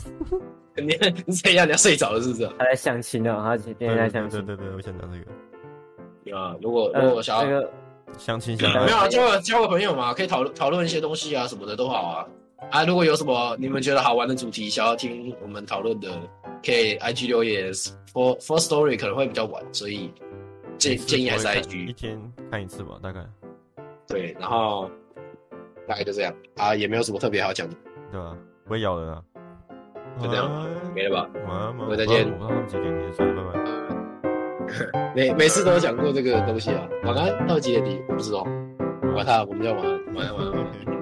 [SPEAKER 2] 你你怎样？你要睡着了是不是？
[SPEAKER 5] 他在相亲啊，他今天在相
[SPEAKER 1] 对
[SPEAKER 5] 亲。
[SPEAKER 1] 对对，对我想讲这个
[SPEAKER 2] 对啊，如果如
[SPEAKER 5] 呃
[SPEAKER 2] 果想要、
[SPEAKER 5] 那个
[SPEAKER 1] 相亲相
[SPEAKER 5] 呃
[SPEAKER 2] 没
[SPEAKER 1] 爱
[SPEAKER 2] 有。啊，交个交个朋友嘛，可以讨论讨论一些东西啊什么的都好啊。啊，如果有什么你们觉得好玩的主题，想要听我们讨论的，可以 IG 留言。For For Story 可能会比较晚，所以建建议还是
[SPEAKER 1] 我会
[SPEAKER 2] IG
[SPEAKER 1] 看一。天看一次吧，大概
[SPEAKER 2] 对，然后大概就这样啊，也没有什么特别好讲的，
[SPEAKER 1] 对吧？不会咬人啊。
[SPEAKER 2] 就这样
[SPEAKER 1] 晚
[SPEAKER 2] 没了吧？
[SPEAKER 1] 安晚安晚
[SPEAKER 2] 各位
[SPEAKER 1] 安
[SPEAKER 2] 再见
[SPEAKER 1] 啊我不知道他们几点结束，拜拜。
[SPEAKER 2] 每每次都有讲过这个东西啊。晚安到几点？我不知道。管他，我们叫晚安，晚安，晚安。晚安